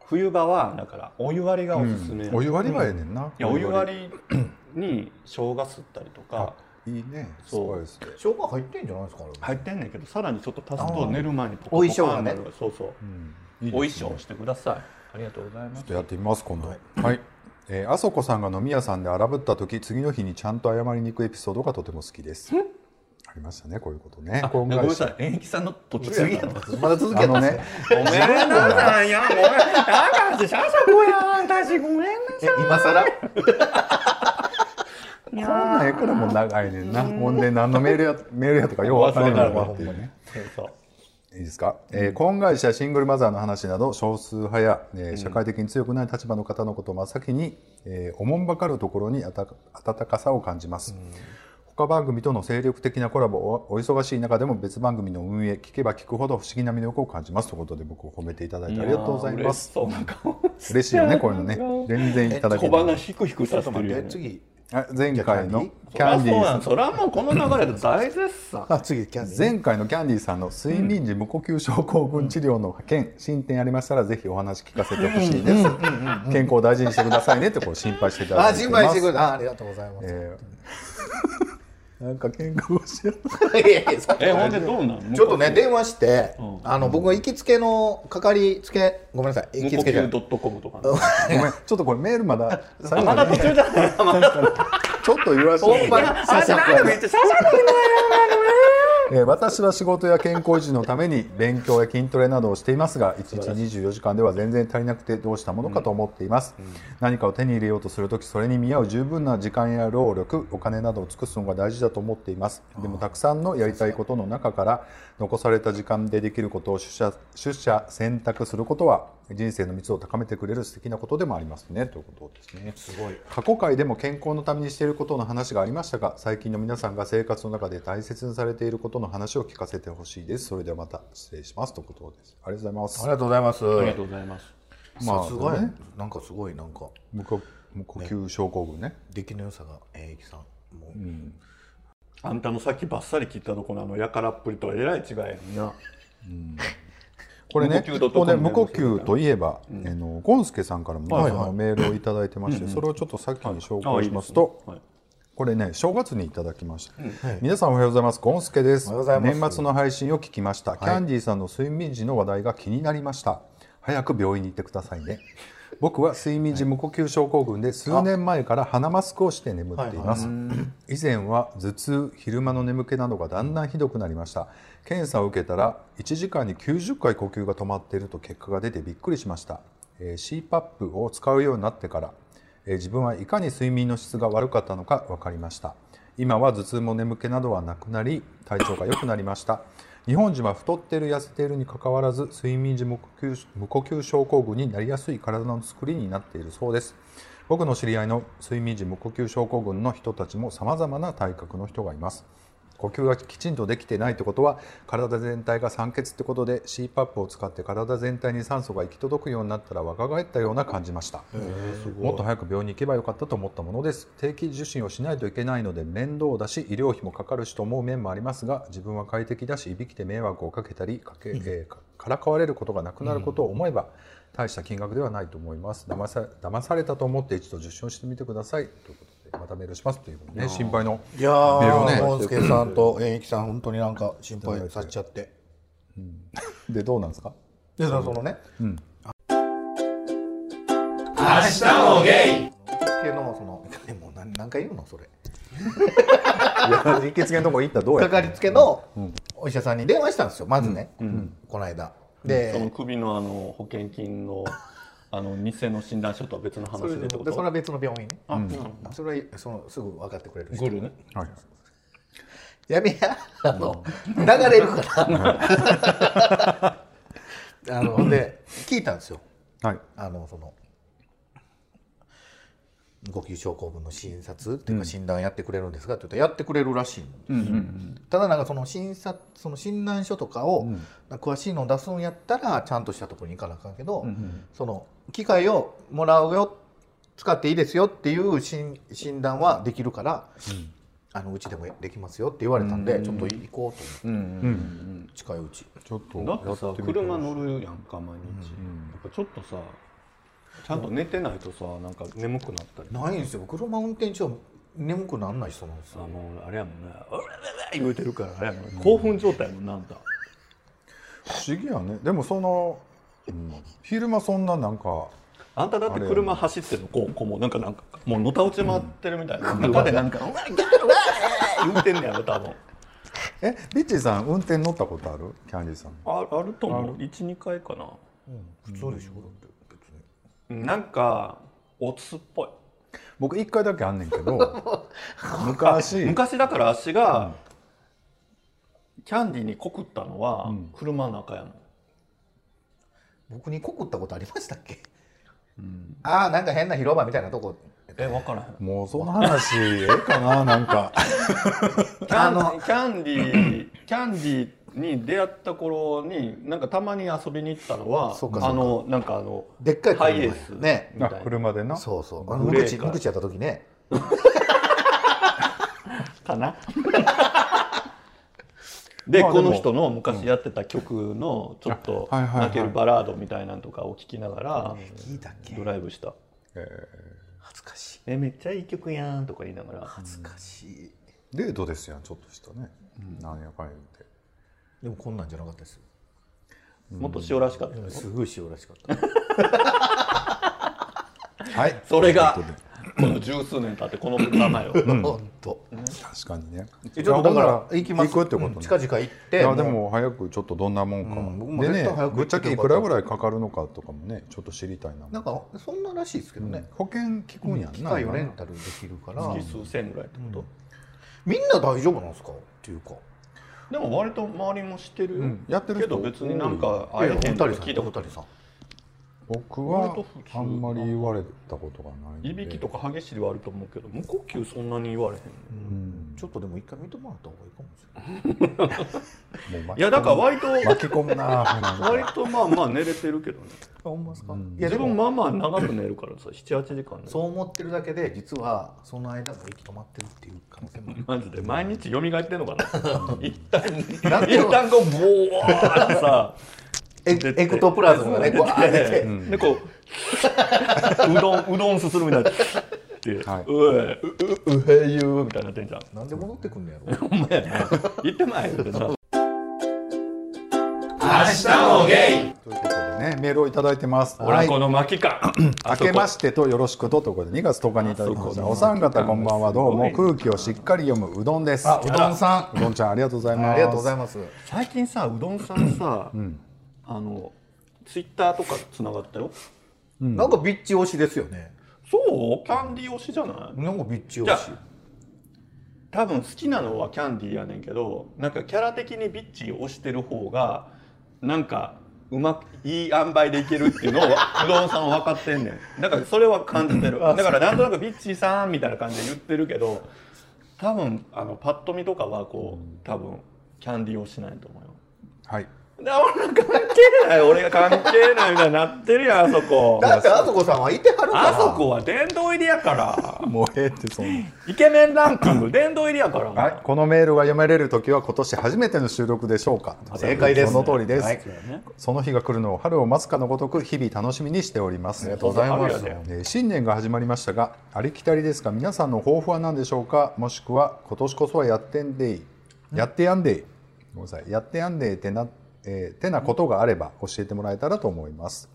[SPEAKER 1] 冬場はだからお湯割りがおすすめ、
[SPEAKER 2] お湯
[SPEAKER 1] い
[SPEAKER 2] 割りはええねんな、
[SPEAKER 1] やお湯割りに生姜吸ったりとか
[SPEAKER 2] りいいね
[SPEAKER 1] そ
[SPEAKER 2] そううですね
[SPEAKER 3] 生姜入ってんじゃないですかあれ
[SPEAKER 1] 入ってんねんけどさらにちょっと足すと寝る前にポカポカ
[SPEAKER 3] お衣装が
[SPEAKER 1] に
[SPEAKER 3] ね
[SPEAKER 1] なるからそうそう、
[SPEAKER 2] いいですね
[SPEAKER 1] お衣装してくださいありがとうございま
[SPEAKER 2] ちょ
[SPEAKER 1] す
[SPEAKER 2] っとやってみます今度はい、えーあそこさんが飲み屋さんで荒ぶった時次の日にちゃんと謝りに行くエピソードがとても好きですありましたねこういうことね
[SPEAKER 1] あごめん
[SPEAKER 2] 返
[SPEAKER 1] な
[SPEAKER 2] し
[SPEAKER 1] さい演劇さんの途中
[SPEAKER 3] 次
[SPEAKER 1] やった
[SPEAKER 3] や
[SPEAKER 1] の
[SPEAKER 3] ったまだ続きやったんですね
[SPEAKER 1] ごめんなさいやごめんなさいシャシャコや私ごめんな
[SPEAKER 3] え今さら
[SPEAKER 2] こんなんええからもう長いねんなほんで何のメールや メールやとかようわからんのかっていうね
[SPEAKER 1] さいそう
[SPEAKER 2] いいですか、えー婚外者シングルマザーの話など少数派や、えー社会的に強くない立場の方のことを真っ先に、えーおもんばかるところにあた温かさを感じます、他番組との精力的なコラボおお忙しい中でも別番組の運営聞けば聞くほど不思議な魅力を感じますということで僕を褒めていただいてありがとうございます
[SPEAKER 1] そうなんか
[SPEAKER 2] 嬉しいよねこういうのね全然いただけ
[SPEAKER 1] 小
[SPEAKER 2] る
[SPEAKER 1] 鼻ひくひく
[SPEAKER 3] ちょ
[SPEAKER 1] さ
[SPEAKER 3] っ
[SPEAKER 1] せ
[SPEAKER 3] と
[SPEAKER 1] て
[SPEAKER 3] 待
[SPEAKER 1] る
[SPEAKER 3] っ
[SPEAKER 1] よ、
[SPEAKER 3] て
[SPEAKER 1] ね、
[SPEAKER 3] 次
[SPEAKER 2] あ前回のキ
[SPEAKER 1] そりゃ
[SPEAKER 2] ャンディ
[SPEAKER 1] そう
[SPEAKER 2] ー
[SPEAKER 1] な
[SPEAKER 2] さ
[SPEAKER 1] ん
[SPEAKER 2] ん
[SPEAKER 1] それはもうこの流れで大絶賛
[SPEAKER 3] あ次キャンディー
[SPEAKER 2] 前回のキャンディーさんの睡眠時無呼吸症候群治療の件、進展ありましたらぜひお話聞かせてほしいです、健康を大事にしてくださいねってこう心配していただい
[SPEAKER 3] あ
[SPEAKER 2] てます
[SPEAKER 3] 心配してくれたあありがとうございます、
[SPEAKER 2] えーなんか健康を知らない
[SPEAKER 3] いやいやそんな
[SPEAKER 1] えほんでどうなんの
[SPEAKER 3] ちょっとね電話して、
[SPEAKER 1] ん
[SPEAKER 3] あの僕が行きつけのかかりつけごめんなさい行
[SPEAKER 1] 無
[SPEAKER 3] き
[SPEAKER 1] 呼
[SPEAKER 3] つけじゃな
[SPEAKER 1] 吸
[SPEAKER 3] い
[SPEAKER 1] ドットコムとかね、
[SPEAKER 2] ごめんちょっとこれメールまだ最後
[SPEAKER 1] ま
[SPEAKER 2] ま
[SPEAKER 1] だ
[SPEAKER 2] で
[SPEAKER 1] 途中じゃない
[SPEAKER 2] ちょっと言わせてもらいます
[SPEAKER 1] あじゃあ何でも言ってシャシャコ
[SPEAKER 2] えー私は仕事や健康維持のために勉強や筋トレなどをしていますが1日24時間では全然足りなくてどうしたものかと思っています、何かを手に入れようとするときそれに見合う十分な時間や労力お金などを尽くすのが大事だと思っていますでもたくさんのやりたいことの中から残された時間でできることを取捨取捨選択することは人生の密度を高めてくれる素敵なことでもありますねということですね
[SPEAKER 3] すごい
[SPEAKER 2] 過去回でも健康のためにしていることの話がありましたが最近の皆さんが生活の中で大切にされていることの話を聞かせてほしいですそれではまた失礼しますということですありがとうございます
[SPEAKER 3] ありがとうございます
[SPEAKER 1] ありがとうございます
[SPEAKER 2] まあ
[SPEAKER 3] すごい、
[SPEAKER 2] ね
[SPEAKER 3] なんかすごいなんか
[SPEAKER 2] 無呼無呼吸症候群ね
[SPEAKER 3] 出来の良さがえいきさんもう、
[SPEAKER 1] あんたのさっきばっさり切ったとこのあのやからっぷりとはえらい違いやんな
[SPEAKER 2] これね
[SPEAKER 1] 無呼吸 .com
[SPEAKER 2] ここね無呼吸といえば、あのゴンスケさんからもね、
[SPEAKER 1] はい
[SPEAKER 2] そのメールをいただいてまして、それをちょっと先に紹
[SPEAKER 1] あ
[SPEAKER 2] 介しますと、
[SPEAKER 1] はい
[SPEAKER 2] これね正月にいただきました、皆さんおはようございますゴンスケです
[SPEAKER 3] おはようございます
[SPEAKER 2] 年末の配信を聞きました、キャンディーさんの睡眠時の話題が気になりました早く病院に行ってくださいね僕は睡眠時無呼吸症候群で数年前から鼻マスクをして眠っています、以前は頭痛昼間の眠気などがだんだんひどくなりました検査を受けたら1時間に90回呼吸が止まっていると結果が出てびっくりしました、えー、CPAP を使うようになってからえー自分はいかに睡眠の質が悪かったのか分かりました今は頭痛も眠気などはなくなり体調が良くなりました日本人は太ってる痩せているにかかわらず睡眠時無呼吸無呼吸症候群になりやすい体の作りになっているそうです僕の知り合いの睡眠時無呼吸症候群の人たちも様々な体格の人がいます呼吸がきちんとできてないってことは体全体が酸欠ってことで CPAP を使って体全体に酸素が行き届くようになったら若返ったような感じましたもっと早く病院に行けばよかったと思ったものです定期受診をしないといけないので面倒だし医療費もかかるしと思う面もありますが自分は快適だしいびきで迷惑をかけたりかけ、えーかからかわれることがなくなることを思えば、大した金額ではないと思います騙さ騙されたと思って一度受診してみてくださいということでまたメールしますということでね心配の
[SPEAKER 3] いや
[SPEAKER 2] メールをね
[SPEAKER 3] ーゴンスケさんとえいきさん本当になんか心配させちゃって
[SPEAKER 2] でどうなんですか
[SPEAKER 3] でそのね、系のそのえもう何何回言うのそれ
[SPEAKER 2] や行きつけのとこ行ったらどうや
[SPEAKER 3] か
[SPEAKER 2] った
[SPEAKER 3] かりつけのお医者さんに電話したんですよまずね、この間で
[SPEAKER 1] その首のあの保険金のあの偽の診断書とは別の
[SPEAKER 3] そ
[SPEAKER 1] 話で
[SPEAKER 3] れ
[SPEAKER 1] っ
[SPEAKER 3] で
[SPEAKER 1] てこ
[SPEAKER 3] でそ
[SPEAKER 1] と
[SPEAKER 3] れは別の病院ね、
[SPEAKER 1] あ
[SPEAKER 3] それはそのすぐ分かってくれる人
[SPEAKER 1] グルね
[SPEAKER 2] はい
[SPEAKER 3] やめや、あの、流れる から。あの、で、聞いたんですよ。
[SPEAKER 2] はい
[SPEAKER 3] あの、その。呼吸症候群の診察っていうか診断やってくれるんですかって言ったらやってくれるらしいの、ただなんかその診察その診断書とかを、なんか詳しいのを出すんやったらちゃんとしたところに行かなあかんけど、その機械をもらうよ使っていいですよっていう診診断はできるから、あのうちでもできますよって言われたんで、ちょっと行こうと思って、近いうち
[SPEAKER 2] ちょっと
[SPEAKER 1] だってさ
[SPEAKER 2] やってみて
[SPEAKER 1] 車乗るやんか毎日、やっぱちょっとさちゃんと寝てないとさなんか眠くなったり
[SPEAKER 3] ないんですよ車運転中は眠くならない人なんです
[SPEAKER 1] あ
[SPEAKER 3] よ
[SPEAKER 1] もうあれやもんね「うららら」言うてるからあれやもんね興奮状態やもんなんだ
[SPEAKER 2] 不思議やねでもその、うん昼間そんななんか
[SPEAKER 1] あんただって車走ってるのこうこうもうなんかなんかもうのたうち回ってるみたいな、中でなんか「うわギャーうわー言うてんねやろ多分
[SPEAKER 2] えリッチーさん運転乗ったことあるキャンディーさん
[SPEAKER 1] ああると思う12回かな
[SPEAKER 3] 普通でしょだって別に
[SPEAKER 1] なんかおつっぽい
[SPEAKER 2] 僕一回だけあんねんけ ど昔
[SPEAKER 1] 昔だから足が、キャンディーに告ったのは車の中やもん、
[SPEAKER 3] 僕に告ったことありましたっけ、ああなんか変な広場みたいなとこ
[SPEAKER 1] え分からへん
[SPEAKER 2] もうその話ええか ななんか
[SPEAKER 1] キャンキャンディーキャンディーに出会った頃になんかたまに遊びに行ったのは
[SPEAKER 3] そうかそうか
[SPEAKER 1] あのなんかあの
[SPEAKER 3] でっかい車
[SPEAKER 1] ハイエース
[SPEAKER 3] ね
[SPEAKER 1] みた
[SPEAKER 2] ない
[SPEAKER 1] な
[SPEAKER 2] 車でな
[SPEAKER 3] そうそうあの
[SPEAKER 1] グ
[SPEAKER 3] 無
[SPEAKER 1] レー
[SPEAKER 3] 口
[SPEAKER 1] か
[SPEAKER 3] 無口やった時ね
[SPEAKER 1] かなで、
[SPEAKER 2] まあで
[SPEAKER 1] こ
[SPEAKER 2] も
[SPEAKER 1] の人の昔やってた曲のちょっと
[SPEAKER 2] あはいはいはい
[SPEAKER 1] 泣けるバラードみたいなのとかを聴きながら
[SPEAKER 3] 聞いたっけ
[SPEAKER 1] ドライブした
[SPEAKER 3] 恥ずかしい
[SPEAKER 1] 「えめっちゃいい曲やん」とか言いながら
[SPEAKER 3] 恥ずかしい
[SPEAKER 2] デートですやんちょっとしたね、なんやかんや言って
[SPEAKER 3] でもこんなんじゃなかったですよ
[SPEAKER 1] もっと塩らしかったよ
[SPEAKER 3] すごい塩らしかった
[SPEAKER 2] はい
[SPEAKER 1] それが
[SPEAKER 2] ということで
[SPEAKER 1] この十数年経ってこの名前を
[SPEAKER 3] 本当
[SPEAKER 2] 確かにね
[SPEAKER 3] えちょっとだから
[SPEAKER 2] 行
[SPEAKER 3] 行きます
[SPEAKER 2] 行くってことね、
[SPEAKER 3] うん近々行って
[SPEAKER 2] いやでも早くちょっとどんなもんか、
[SPEAKER 3] うん僕も
[SPEAKER 2] で
[SPEAKER 3] 絶
[SPEAKER 2] ね
[SPEAKER 3] 対早く
[SPEAKER 2] ぶ
[SPEAKER 3] 行
[SPEAKER 2] っ
[SPEAKER 3] っ
[SPEAKER 2] ちゃ
[SPEAKER 3] て
[SPEAKER 2] け
[SPEAKER 3] よ
[SPEAKER 2] い
[SPEAKER 3] か
[SPEAKER 2] く
[SPEAKER 3] った
[SPEAKER 2] らぐらいかかるのかとかもねちょっと知りたいな
[SPEAKER 3] なんかそんならしいですけどね、
[SPEAKER 2] 保険聞くんやんな
[SPEAKER 3] 機械をレンタルできるから
[SPEAKER 1] 月数千ぐらいってこと、
[SPEAKER 3] みんな大丈夫なんですかっていうか
[SPEAKER 1] でも割と周りもしてるよ、
[SPEAKER 2] んやってる
[SPEAKER 1] け
[SPEAKER 2] 人
[SPEAKER 1] ど別になんか
[SPEAKER 3] い
[SPEAKER 1] 会え
[SPEAKER 3] やい
[SPEAKER 1] へ
[SPEAKER 3] や
[SPEAKER 1] んと
[SPEAKER 3] 小
[SPEAKER 1] か
[SPEAKER 3] 谷さん
[SPEAKER 1] 聞いたこと
[SPEAKER 3] 小谷さん
[SPEAKER 2] 僕は
[SPEAKER 1] 割と普通
[SPEAKER 2] あんまり言われたことがないんで
[SPEAKER 1] いびきとか激しいはあると思うけど無呼吸そんなに言われへん
[SPEAKER 3] ちょっとでも一回見てもらった方がいいかもしれ
[SPEAKER 2] も
[SPEAKER 3] ない
[SPEAKER 2] う巻き込む
[SPEAKER 1] いやだから割 と
[SPEAKER 2] 巻き込むなぁなんか
[SPEAKER 1] 割とまあまあ寝れてるけどね
[SPEAKER 3] あほんまですか、いや
[SPEAKER 1] 自
[SPEAKER 3] で
[SPEAKER 1] 分
[SPEAKER 3] も
[SPEAKER 1] まあまあ長く寝るからさ78時間ね
[SPEAKER 3] そう思ってるだけで実はその間も息止まってるっていう可能性もある
[SPEAKER 1] マジで毎日蘇ってんのかな一旦
[SPEAKER 3] なんで
[SPEAKER 1] 一旦こうボワーってさ
[SPEAKER 3] エ
[SPEAKER 1] 出
[SPEAKER 3] ク
[SPEAKER 1] て
[SPEAKER 3] エクトプラズムがねこうあー出て
[SPEAKER 1] でこううどんうどんすするみたいなって、
[SPEAKER 2] はいう
[SPEAKER 1] えうううへいうみたいになってんじゃん
[SPEAKER 3] なんで戻ってくんのやろ
[SPEAKER 1] ほんまやね言ってまいってさ
[SPEAKER 2] ということでねメールをいただいて ます
[SPEAKER 1] ほらこの巻きか
[SPEAKER 2] 明けましてとよろしくとということで2月10日にいただきましたお三方こんばんはどうも空気をしっかり読むうどんです
[SPEAKER 3] うどんさ
[SPEAKER 2] うどんちゃんありがとうござい
[SPEAKER 3] ん
[SPEAKER 2] ます
[SPEAKER 3] ありがとうございます
[SPEAKER 1] 最近さうどんさんさ、あのツイッターとかつながったよ
[SPEAKER 3] なんかビッチ推しですよね
[SPEAKER 1] そうキャンディー推しじゃない
[SPEAKER 3] なんかビッ
[SPEAKER 1] じ
[SPEAKER 3] チ
[SPEAKER 1] ゃ
[SPEAKER 3] 推
[SPEAKER 1] あ
[SPEAKER 3] し
[SPEAKER 1] 多分好きなのはキャンディーやねんけどなんかキャラ的にビッチー推してる方がなんかうまくいい塩梅でいけるっていうのをうどんさんは分かってんね んだからそれは感じてるだからなんとなくビッチーさんみたいな感じで言ってるけど多分あのパッと見とかはこう多分キャンディー推しないと思うよ
[SPEAKER 2] はい
[SPEAKER 1] で俺関係ない俺が関係ないみたいになってるやんあそこ
[SPEAKER 3] だってあそこさんはいてはるから
[SPEAKER 1] あそこは殿堂入りやから
[SPEAKER 2] もうええってそんな
[SPEAKER 1] イケメンランキング殿堂入りやから
[SPEAKER 2] はい、このメールが読めれる時は今年初めての収録でしょうか
[SPEAKER 3] 正解です
[SPEAKER 2] その通りです、
[SPEAKER 3] はい
[SPEAKER 2] その日が来るのを春を待つかのごとく日々楽しみにしておりますありが
[SPEAKER 3] とうございます
[SPEAKER 2] えー新年が始まりましたがありきたりですが皆さんの抱負は何でしょうかもしくは今年こそはやってんでいやってやんでいごめんなさいやってやんでいってな、えーてなことがあれば教えてもらえたらと思います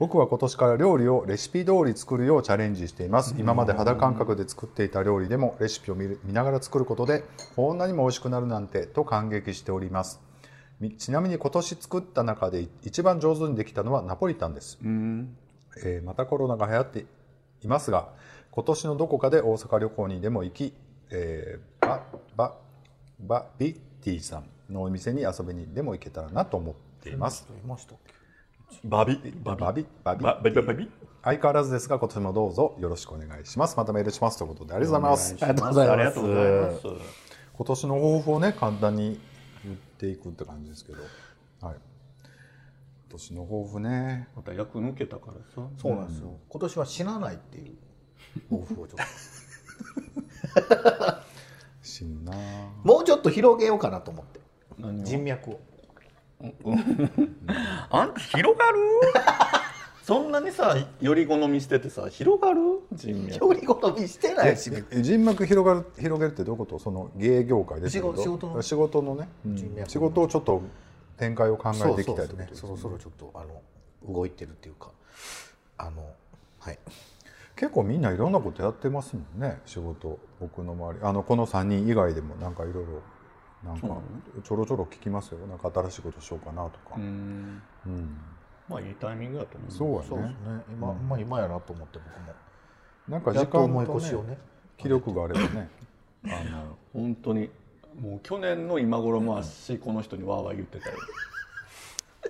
[SPEAKER 2] 僕は今年から料理をレシピ通り作るようチャレンジしています今まで肌感覚で作っていた料理でもレシピを見る見ながら作ることでこんなにも美味しくなるなんてと感激しておりますみちなみに今年作った中で一番上手にできたのはナポリタンです、えーまたコロナが流行っていますが今年のどこかで大阪旅行にでも行き、えーバババビッティさんのお店に遊びにでも行けたらなと思っています
[SPEAKER 3] いましたっけ
[SPEAKER 1] バビバ
[SPEAKER 2] バ
[SPEAKER 1] ビ
[SPEAKER 2] ビバビ
[SPEAKER 1] バビバビバビ
[SPEAKER 2] 相変わらずですが今年もどうぞよろしくお願いしますまたメールしますということでありがとうございます
[SPEAKER 3] ありがとうございます
[SPEAKER 1] ありがとうございます
[SPEAKER 2] 今年の抱負をね簡単に言っていくって感じですけど、はい、今年の抱負ね
[SPEAKER 1] また役抜けたからさ
[SPEAKER 3] そうなんですよ、今年は死なないっていう抱負をちょっと
[SPEAKER 2] 死ぬな
[SPEAKER 3] もうちょっと広げようかなと思って
[SPEAKER 1] 何を
[SPEAKER 3] 人脈 を
[SPEAKER 1] あんた広がるそんなにさより好みしててさ広がる人脈
[SPEAKER 3] 料理好みしてないし別に
[SPEAKER 2] え人脈広がる広げるってどういうことその芸業界でってこと
[SPEAKER 3] 仕事仕事の
[SPEAKER 2] 仕事のね、うん
[SPEAKER 3] 人脈
[SPEAKER 2] 仕事をちょっと展開を考
[SPEAKER 3] そ
[SPEAKER 2] えて
[SPEAKER 3] う
[SPEAKER 2] いき
[SPEAKER 3] そう
[SPEAKER 2] たい
[SPEAKER 3] で
[SPEAKER 2] と
[SPEAKER 3] すねそろそろちょっとあの動いてるっていうかあのはい
[SPEAKER 2] 結構みんないろんなことやってますもんね仕事僕の周りあのこの3人以外でもなんかいろいろなんかちょろちょろ聞きますよなんか新しいことしようかなとか、
[SPEAKER 1] うーん
[SPEAKER 2] うん
[SPEAKER 1] まあいいタイミングだと思う
[SPEAKER 2] そうやね
[SPEAKER 3] そうですね今、まあ今やなと思って僕も
[SPEAKER 2] なんか
[SPEAKER 3] や
[SPEAKER 2] 時
[SPEAKER 3] っと
[SPEAKER 2] 間
[SPEAKER 3] 思い
[SPEAKER 2] と、
[SPEAKER 3] 越しを
[SPEAKER 2] ね、
[SPEAKER 3] ね
[SPEAKER 2] 気力があればねあの
[SPEAKER 1] 本当にもう去年の今頃もあっしこの人にわーわー言ってたよ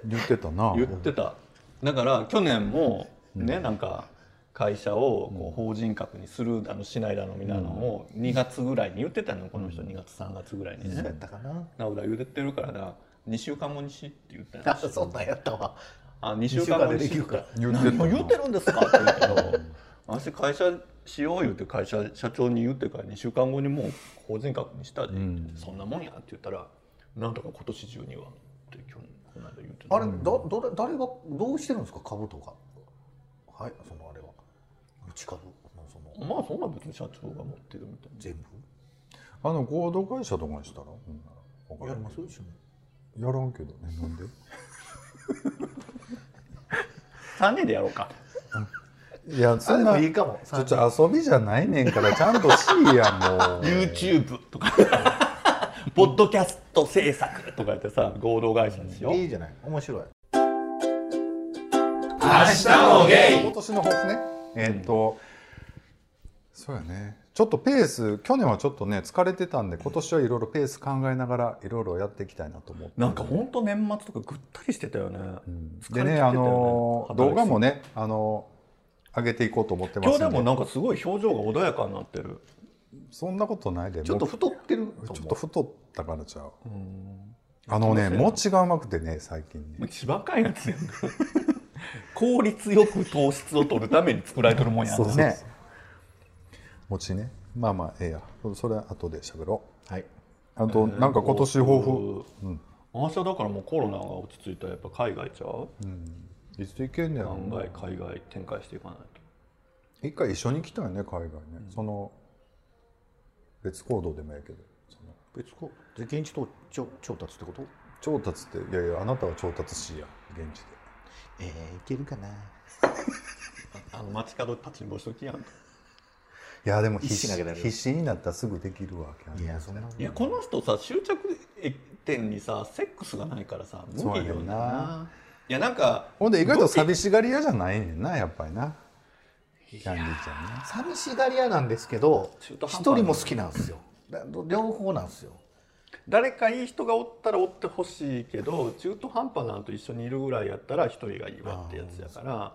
[SPEAKER 2] 言ってたな
[SPEAKER 1] 言ってただから去年もね、なんか会社をこう法人格にするだのしないだのみたいなのを2月ぐらいに言ってたのよこの人2月3月ぐらいにね、
[SPEAKER 3] そうやったかな、
[SPEAKER 1] なおだ言ってるからな2週間後にしって言った
[SPEAKER 3] あ
[SPEAKER 1] よ
[SPEAKER 3] そんなんやったわ
[SPEAKER 1] あ2週間後にし
[SPEAKER 3] 二週間でできるから
[SPEAKER 2] 言ってた
[SPEAKER 1] 何
[SPEAKER 2] な
[SPEAKER 1] を言ってるんですかって言うけど私会社しよう言って会社社長に言ってから2週間後にもう法人格にしたで、そんなもんやって言ったらなんとか今年中にはって去年この間言ってた
[SPEAKER 3] あれだどれ誰がどうしてるんですか株とかはいそのあれは内株のその
[SPEAKER 1] まあそんな別に社長が持ってるみたいな
[SPEAKER 3] 全部
[SPEAKER 2] あの合同会社とかにしたら、うんわか
[SPEAKER 3] や
[SPEAKER 2] る
[SPEAKER 3] ります一緒に
[SPEAKER 2] やらんけどねなんで
[SPEAKER 1] 3人でやろうか
[SPEAKER 2] いやそん
[SPEAKER 3] あ
[SPEAKER 2] な
[SPEAKER 3] でもいいかも
[SPEAKER 2] ちょっと遊びじゃないねんからちゃんとしいやもう
[SPEAKER 1] YouTube とか ポッドキャスト制作とかやってさ合同会社ですよ
[SPEAKER 3] いいじゃない面白い
[SPEAKER 2] 今年の抱負ねえーっと、そうやねちょっとペース去年はちょっとね疲れてたんで今年はいろいろペース考えながらいろいろやっていきたいなと思って
[SPEAKER 1] なんか本当年末とかぐったりしてたよね、疲れ切
[SPEAKER 2] で
[SPEAKER 1] ってたよ
[SPEAKER 2] ねあのー動画も
[SPEAKER 1] ね
[SPEAKER 2] ねあのー上げていこうと思ってま
[SPEAKER 1] 今
[SPEAKER 2] す
[SPEAKER 1] 日で
[SPEAKER 2] んで
[SPEAKER 1] もなんかすごい表情が穏やかになってる
[SPEAKER 2] そんなことないで
[SPEAKER 3] ちょっと
[SPEAKER 2] も
[SPEAKER 3] 太ってる
[SPEAKER 2] う
[SPEAKER 3] と
[SPEAKER 2] ちょっ
[SPEAKER 3] 思
[SPEAKER 2] と
[SPEAKER 3] う
[SPEAKER 2] 太ったからちゃうあのね餅がうまくてね最近ね
[SPEAKER 1] 一番かいやつやん効率よく糖質を取るために作られてるもんや
[SPEAKER 2] そうそうそう
[SPEAKER 1] ね
[SPEAKER 2] 餅ねまあまあええやそそれは後で喋ろう
[SPEAKER 3] はい
[SPEAKER 2] あとなんか今年抱負、
[SPEAKER 1] うん明日だからもうコロナが落ち着いたらやっぱ海外ちゃう、
[SPEAKER 2] いつ行けんねやろ
[SPEAKER 1] 案外海外展開していかないと
[SPEAKER 2] 一回一緒に来たよね海外ね、その別行動でもやけどその
[SPEAKER 3] 別こ現地と調調達ってこと
[SPEAKER 2] 調達っていやいやあなたは調達しいや現地で
[SPEAKER 3] えー、いけるかな
[SPEAKER 1] あの街角立ちんぼしときやん
[SPEAKER 2] いやでも必
[SPEAKER 3] 一
[SPEAKER 2] 死
[SPEAKER 3] 心投げられる
[SPEAKER 2] 必死になったらすぐできるわけやね
[SPEAKER 3] いやそんなこと
[SPEAKER 1] いやこの人さ終着点にさセックスがないからさ無理よ
[SPEAKER 2] そうやねん
[SPEAKER 1] ないやなんか
[SPEAKER 2] ほんで意外と寂しがり屋じゃないねんなやっぱりなキャンディーちゃんね
[SPEAKER 3] 寂しがり屋なんですけど
[SPEAKER 1] 中途
[SPEAKER 3] 一
[SPEAKER 1] 半端な
[SPEAKER 3] 人も好きなんですよだ両方なんですよ
[SPEAKER 1] 誰かいい人がおったらおってほしいけど中途半端なんと一緒にいるぐらいやったら一人がいいわってやつやから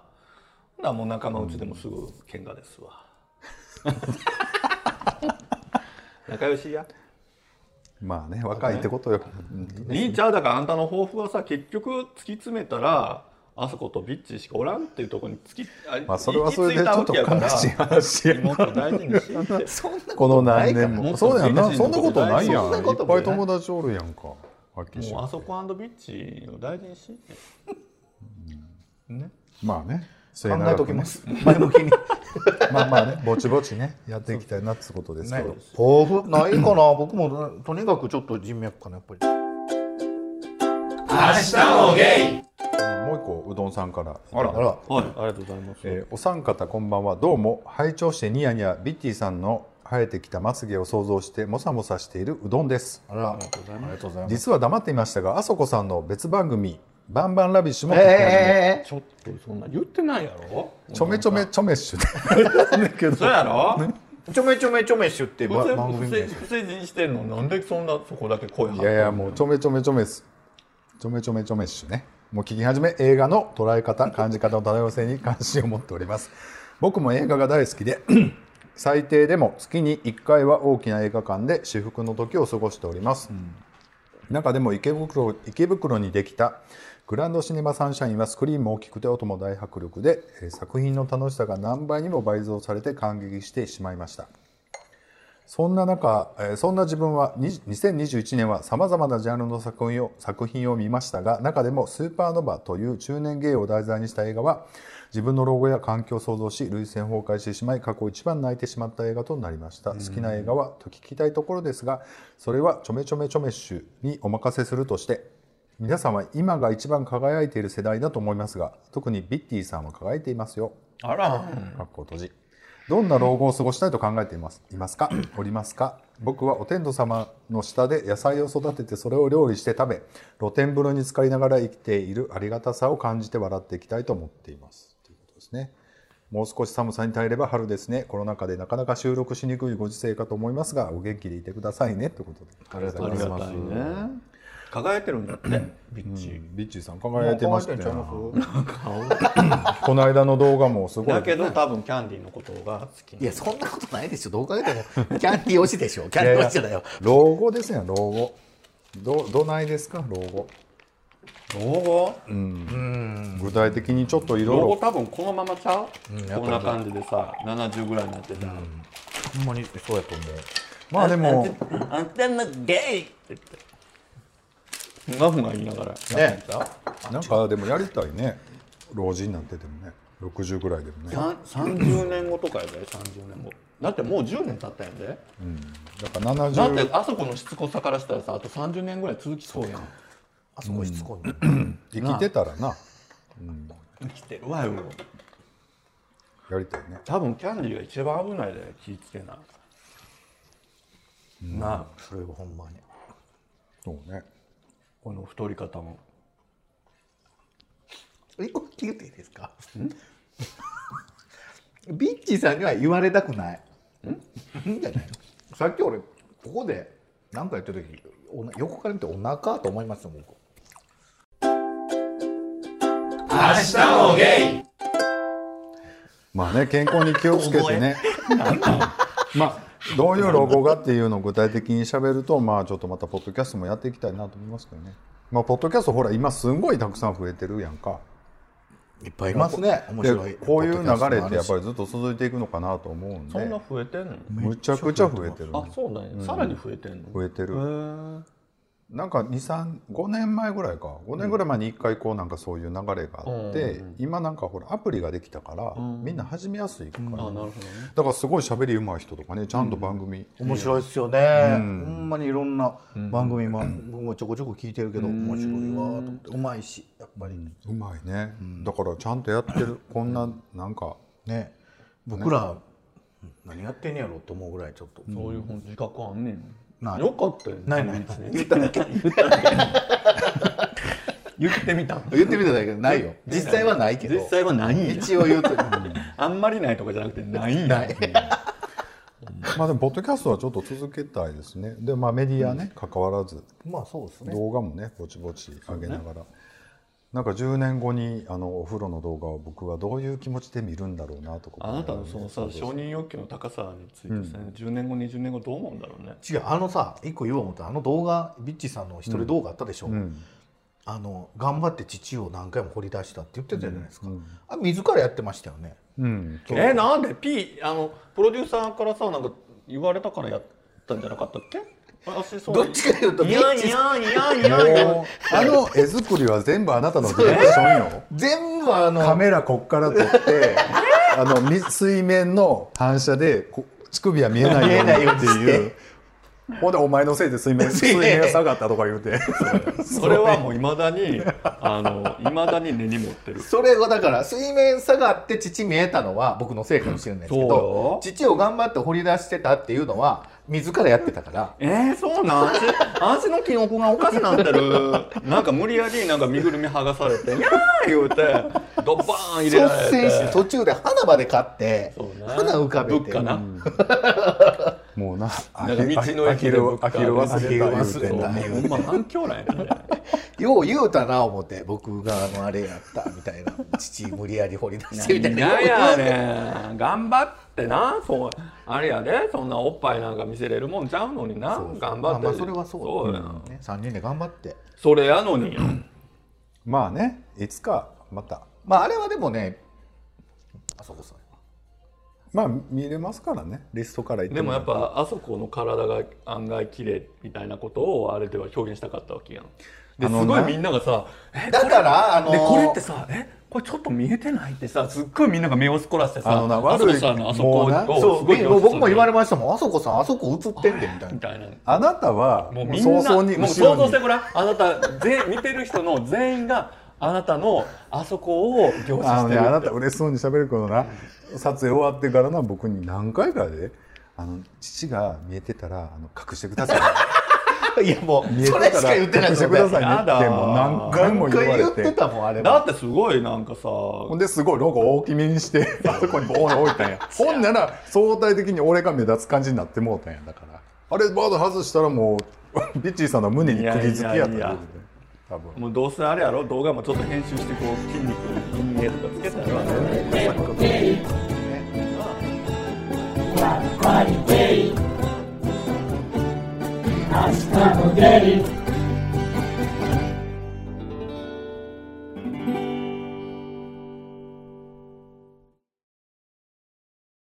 [SPEAKER 1] ほんならもう仲間うちでもすぐ喧嘩です わ仲良しや
[SPEAKER 2] まあね若いってことよ、うん
[SPEAKER 1] リンチャーだからあんたの抱負はさ結局突き詰めたらあそことビッチしかおらんっていうところに突き
[SPEAKER 2] まあそれはそれでち
[SPEAKER 1] 行
[SPEAKER 2] ょ
[SPEAKER 1] き着
[SPEAKER 2] っと
[SPEAKER 1] いたわけやから
[SPEAKER 2] 悲しい話や
[SPEAKER 1] もっと大事にしいって
[SPEAKER 3] そんな
[SPEAKER 2] この何年
[SPEAKER 1] もっ
[SPEAKER 2] も
[SPEAKER 1] と
[SPEAKER 2] そうだよな
[SPEAKER 1] ビジネ
[SPEAKER 2] そ
[SPEAKER 1] ス
[SPEAKER 2] ん
[SPEAKER 1] の
[SPEAKER 2] な
[SPEAKER 1] こ
[SPEAKER 2] こととないや
[SPEAKER 3] そ
[SPEAKER 2] ん
[SPEAKER 3] ん
[SPEAKER 2] い
[SPEAKER 3] なこ
[SPEAKER 2] っ
[SPEAKER 3] とも
[SPEAKER 2] ぱ
[SPEAKER 3] ね
[SPEAKER 2] い友達おるやんかはっきりし
[SPEAKER 1] もう
[SPEAKER 2] よ
[SPEAKER 1] あそこビッチを大事にしいってね
[SPEAKER 2] うまあね考
[SPEAKER 3] 考えと きます前向きに
[SPEAKER 2] まあまあね、ぼちぼちね、やっていきたいなってことですけど。
[SPEAKER 3] 抱負ないかな僕もとにかくちょっと人脈かなやっぱり
[SPEAKER 2] えもう一個うどんさんから
[SPEAKER 3] あら
[SPEAKER 1] はい、ありがとうございます。
[SPEAKER 2] えーお三方こんばんはどうも拝聴してニヤニヤビッティさんの生えてきたまつげを想像してモサモサしているうどんです
[SPEAKER 3] あらありがとうございます
[SPEAKER 2] 実は黙っていましたがあそこさんの別番組「バンバンラビッシュ」も聞き始め、
[SPEAKER 3] ええ
[SPEAKER 1] ちょっとそんな言ってないやろ。
[SPEAKER 2] ちょめちょめちょめっしゅで
[SPEAKER 1] そうやろ。
[SPEAKER 3] ちょめちょめちょめし ゅってば
[SPEAKER 1] 不
[SPEAKER 3] 番組
[SPEAKER 1] 正
[SPEAKER 3] 名
[SPEAKER 1] 不正人してんのなんでそんなそこだけ声張ってん
[SPEAKER 2] い
[SPEAKER 1] の
[SPEAKER 2] やいやもうちょめちょめちょめっすちょめちょめちょめっしゅねもう聞き始め映画の捉え方感じ方の多様性に関心を持っております僕も映画が大好きで 最低でも月に1回は大きな映画館で至福の時を過ごしております、中でも池袋池袋にできたグランドシネマサンシャインはスクリーンも大きくて音も大迫力でえー作品の楽しさが何倍にも倍増されて感激してしまいましたそんな中、えーそんな自分は20 2021年はさまざまなジャンルの作品を作品を見ましたが中でも「スーパーノバ」という中年芸を題材にした映画は自分の老後や環境を想像し涙腺崩壊してしまい過去一番泣いてしまった映画となりました好きな映画はと聞きたいところですがそれはちょめちょめちょめっしゅにお任せするとして皆さんは今が一番輝いている世代だと思いますが特にビッティさんは輝いていますよ
[SPEAKER 1] あら、
[SPEAKER 2] かっこ閉じどんな老後を過ごしたいと考えています いますかおりますか僕はお天道様の下で野菜を育ててそれを料理して食べ露天風呂に浸かりながら生きているありがたさを感じて笑っていきたいと思っていますということですねもう少し寒さに耐えれば春ですねコロナ禍でなかなか収録しにくいご時世かと思いますがお元気でいてくださいねということで
[SPEAKER 3] ありがとう
[SPEAKER 1] あ
[SPEAKER 3] ご
[SPEAKER 1] り
[SPEAKER 3] ざい
[SPEAKER 1] が
[SPEAKER 3] ます
[SPEAKER 1] たいね。輝いてるんだって、ビッチ。
[SPEAKER 2] ビッチーさん輝いてましたよ
[SPEAKER 3] い
[SPEAKER 2] この間の動画もすごい
[SPEAKER 1] だけど多分キャンディーのことが好き。
[SPEAKER 3] やそんなことないでしょどう考えてもキャンディー推しでしょキャン
[SPEAKER 2] いやい
[SPEAKER 3] ディー
[SPEAKER 2] や
[SPEAKER 3] 推しじゃないよ
[SPEAKER 2] 老後ですよ老後どどないですか老後
[SPEAKER 1] 老後？
[SPEAKER 2] 具体的にちょっといろい
[SPEAKER 1] 老後
[SPEAKER 2] ろ
[SPEAKER 1] 多分このままちゃう？
[SPEAKER 3] やっぱり
[SPEAKER 1] こんな感じでさ、70ぐらいになってたら。
[SPEAKER 3] ほんまにそうやと思う
[SPEAKER 2] まあでも
[SPEAKER 1] あんたのゲイって言って。ふがふが言いながら。
[SPEAKER 3] ね
[SPEAKER 2] なんかでもやりたいね老人になっててもね60ぐらいでもね
[SPEAKER 1] さん30年後とかやで、30年後。だってもう10年経ったんやで。
[SPEAKER 2] だから
[SPEAKER 1] だっ
[SPEAKER 2] 70
[SPEAKER 1] てあそこのしつこさからしたらさ、あと30年ぐらい続きそうやん。
[SPEAKER 3] あそこしつこいな
[SPEAKER 2] 生きてたらな
[SPEAKER 1] 生きてるわよ。
[SPEAKER 2] やりたいね
[SPEAKER 1] 多分キャンディーが一番危ないで、気ぃつけな。なあ、
[SPEAKER 3] それはほんまに
[SPEAKER 2] そうね
[SPEAKER 1] この太り方も。
[SPEAKER 3] 一個聞いていいですか ビッチーさんには言われたくないんじゃないのさっき俺ここで何か言ってる時おな横から見てお腹と思いますよ僕
[SPEAKER 2] まあね健康に気をつけてね まあどういう老後がっていうのを具体的にしゃべるとまあちょっとまたポッドキャストもやっていきたいなと思いますけどねまあポッドキャストほら今すんごいたくさん増えてるやんか
[SPEAKER 3] いっぱいいますね面白い
[SPEAKER 2] でこういう流れってやっぱ
[SPEAKER 3] り
[SPEAKER 2] りずっと続いていくのかなと思うん
[SPEAKER 1] そんな
[SPEAKER 2] で
[SPEAKER 1] 増えてんの
[SPEAKER 2] むちゃくちゃ増えてるね
[SPEAKER 1] あ、そうなんや。さらに増えてんの
[SPEAKER 2] 増えてる
[SPEAKER 1] へー
[SPEAKER 2] なんか235年前ぐらいか5年ぐらい前に1回こうなんかそういう流れがあって、今なんかほらアプリができたから、みんな始めやすいから、
[SPEAKER 1] あ、なるほどね。
[SPEAKER 2] だからすごい喋り上手い人とかねちゃんと番組、
[SPEAKER 3] 面白いですよね、ほんまにいろんな番組も、僕もちょこちょこ聞いてるけど、面白いわーと思ってうまいしやっぱり、
[SPEAKER 2] うまいね、だからちゃんとやってるこんななんか
[SPEAKER 3] ね僕ら、何やってんねやろうと思うぐらいちょっと、
[SPEAKER 1] そういうほん自覚あんねん。
[SPEAKER 3] ない
[SPEAKER 1] よかったよ。
[SPEAKER 3] ないない
[SPEAKER 1] 別に言っただけ。言っただけ。言ってみた。
[SPEAKER 3] 言ってみただけどないよ実際はないけど
[SPEAKER 1] 実際はないんや。
[SPEAKER 3] 一応言うと
[SPEAKER 1] あんまりないとかじゃなくて、ないんや。
[SPEAKER 3] ない
[SPEAKER 2] まあでもポッドキャストはちょっと続けたいですねでまあメディアね関わらず
[SPEAKER 3] まあそうですね
[SPEAKER 2] 動画もねぼちぼち上げながら、なんか10年後にあのお風呂の動画を僕はどういう気持ちで見るんだろうなとか
[SPEAKER 1] あなたのそのさ、承認欲求の高さについてさ、10年後、20年後どう思うんだろうね。
[SPEAKER 3] 違うあのさ一個言おう思ったあの動画ビッチさんの一人動画あったでしょ、あの頑張って父を何回も掘り出したって言ってたじゃないですか、あ自らやってましたよね
[SPEAKER 2] うん
[SPEAKER 1] えー、なんで P あのプロデューサーからさなんか言われたからやったんじゃなかったっけ？私そう
[SPEAKER 3] どっちか言うと
[SPEAKER 1] いやいやいやいやいや
[SPEAKER 2] もうあの絵作りは全部あなたのディレクションよ
[SPEAKER 3] 全部あの
[SPEAKER 2] カメラこっから撮ってあのみ水面の反射でこ乳首は見えないようにっていうほんでお前のせい で睡眠睡眠が下がったとか言うて
[SPEAKER 1] それはもういまだにあのいまだに根に持ってる
[SPEAKER 3] それはだから水面下があって父見えたのは僕のせいかもしれないですけ
[SPEAKER 1] そう
[SPEAKER 3] ど
[SPEAKER 1] よ
[SPEAKER 3] 父を頑張って掘り出してたっていうのは自らやってたから
[SPEAKER 1] えー、そうなん 足足のキノコがおかしなってるなんか無理やりなんか身ぐるみ剥がされて「にゃー!」言うてドバーン入れられ
[SPEAKER 3] 率先して
[SPEAKER 1] て
[SPEAKER 3] 途中で花まで買って
[SPEAKER 1] そうな
[SPEAKER 3] 花浮かべ
[SPEAKER 1] 物
[SPEAKER 3] て
[SPEAKER 1] 価な、
[SPEAKER 2] もうなあ
[SPEAKER 1] なんか道の
[SPEAKER 2] あ
[SPEAKER 1] 駅
[SPEAKER 2] き
[SPEAKER 1] で
[SPEAKER 2] る
[SPEAKER 1] 物価
[SPEAKER 2] あきる忘れた
[SPEAKER 3] あきる忘れ
[SPEAKER 2] 言う
[SPEAKER 3] た
[SPEAKER 2] て
[SPEAKER 1] そうほんま反響なんやね
[SPEAKER 3] よう言うたな思って僕があのあれやったみたいな父無理やり掘り出してみたいな
[SPEAKER 1] なんやねん頑張ってなそうあれやでそんなおっぱいなんか見せれるもんちゃうのにな頑張
[SPEAKER 3] まあ
[SPEAKER 1] って
[SPEAKER 3] まあそれはそう
[SPEAKER 1] そう
[SPEAKER 3] だ
[SPEAKER 1] や
[SPEAKER 3] よね3人で頑張って
[SPEAKER 1] それやのに
[SPEAKER 2] まあねいつかまた
[SPEAKER 3] まああれはでもねあそこさん
[SPEAKER 2] まあ見れますからねリストから言って
[SPEAKER 1] でもやっぱあそこの体が案外綺麗みたいなことをあれでは表現したかったわけやんで
[SPEAKER 2] あ
[SPEAKER 1] す
[SPEAKER 2] の
[SPEAKER 1] ごい
[SPEAKER 2] な
[SPEAKER 1] みんながさ「え
[SPEAKER 3] だからあの
[SPEAKER 1] でこれってさえこれちょっと見えてない?」ってさすっごいみんなが目を凝らしてさ
[SPEAKER 2] あのな悪い
[SPEAKER 1] あそこさんのあそ
[SPEAKER 2] もうな
[SPEAKER 1] こを
[SPEAKER 3] そう
[SPEAKER 1] すごい
[SPEAKER 3] 僕僕も言われ
[SPEAKER 1] ま
[SPEAKER 3] ましたもんあそこさんあそこ映ってんでみた い
[SPEAKER 1] み
[SPEAKER 3] な
[SPEAKER 1] たいな
[SPEAKER 2] あなたは
[SPEAKER 1] もう
[SPEAKER 2] もう
[SPEAKER 1] みん
[SPEAKER 2] 早
[SPEAKER 1] なも
[SPEAKER 2] 々に
[SPEAKER 1] う
[SPEAKER 2] 後
[SPEAKER 1] 想
[SPEAKER 2] ろ
[SPEAKER 1] 像
[SPEAKER 2] に
[SPEAKER 1] してごらんあなた全見てる人の全員があなたのあそこを凝視
[SPEAKER 2] あ
[SPEAKER 1] し
[SPEAKER 2] の
[SPEAKER 1] て
[SPEAKER 2] ね、
[SPEAKER 1] る
[SPEAKER 2] あなた嬉しそうに喋ることな撮影終わってからな僕に何回かであの父が見えてたらあの隠してください
[SPEAKER 3] いやも
[SPEAKER 2] 見
[SPEAKER 3] う
[SPEAKER 2] えて
[SPEAKER 3] そ
[SPEAKER 2] たら
[SPEAKER 3] れしか言ってない
[SPEAKER 2] 隠し
[SPEAKER 3] です
[SPEAKER 2] て
[SPEAKER 3] よ
[SPEAKER 2] く
[SPEAKER 3] ね
[SPEAKER 2] ださいね
[SPEAKER 1] やだ
[SPEAKER 2] ってもう何回も
[SPEAKER 3] 何
[SPEAKER 2] 言
[SPEAKER 3] 回
[SPEAKER 2] わ
[SPEAKER 3] 言
[SPEAKER 2] れ
[SPEAKER 3] っててたもんあれ
[SPEAKER 1] だ
[SPEAKER 3] も
[SPEAKER 1] ってすごいなんかさ
[SPEAKER 2] ほんですごいロゴ大きめにしてあそこにボーン置いたんやほんなら相対的に俺が目立つ感じになってもうたんやだからあれバード外したらもう ビッチーさんの胸に釘付きやった
[SPEAKER 1] いやいやいや
[SPEAKER 2] 多分
[SPEAKER 1] もうどうせあれやろ動画もちょっと編集してこう筋肉に陰影とかつけたら
[SPEAKER 5] Hasta Spaghetti.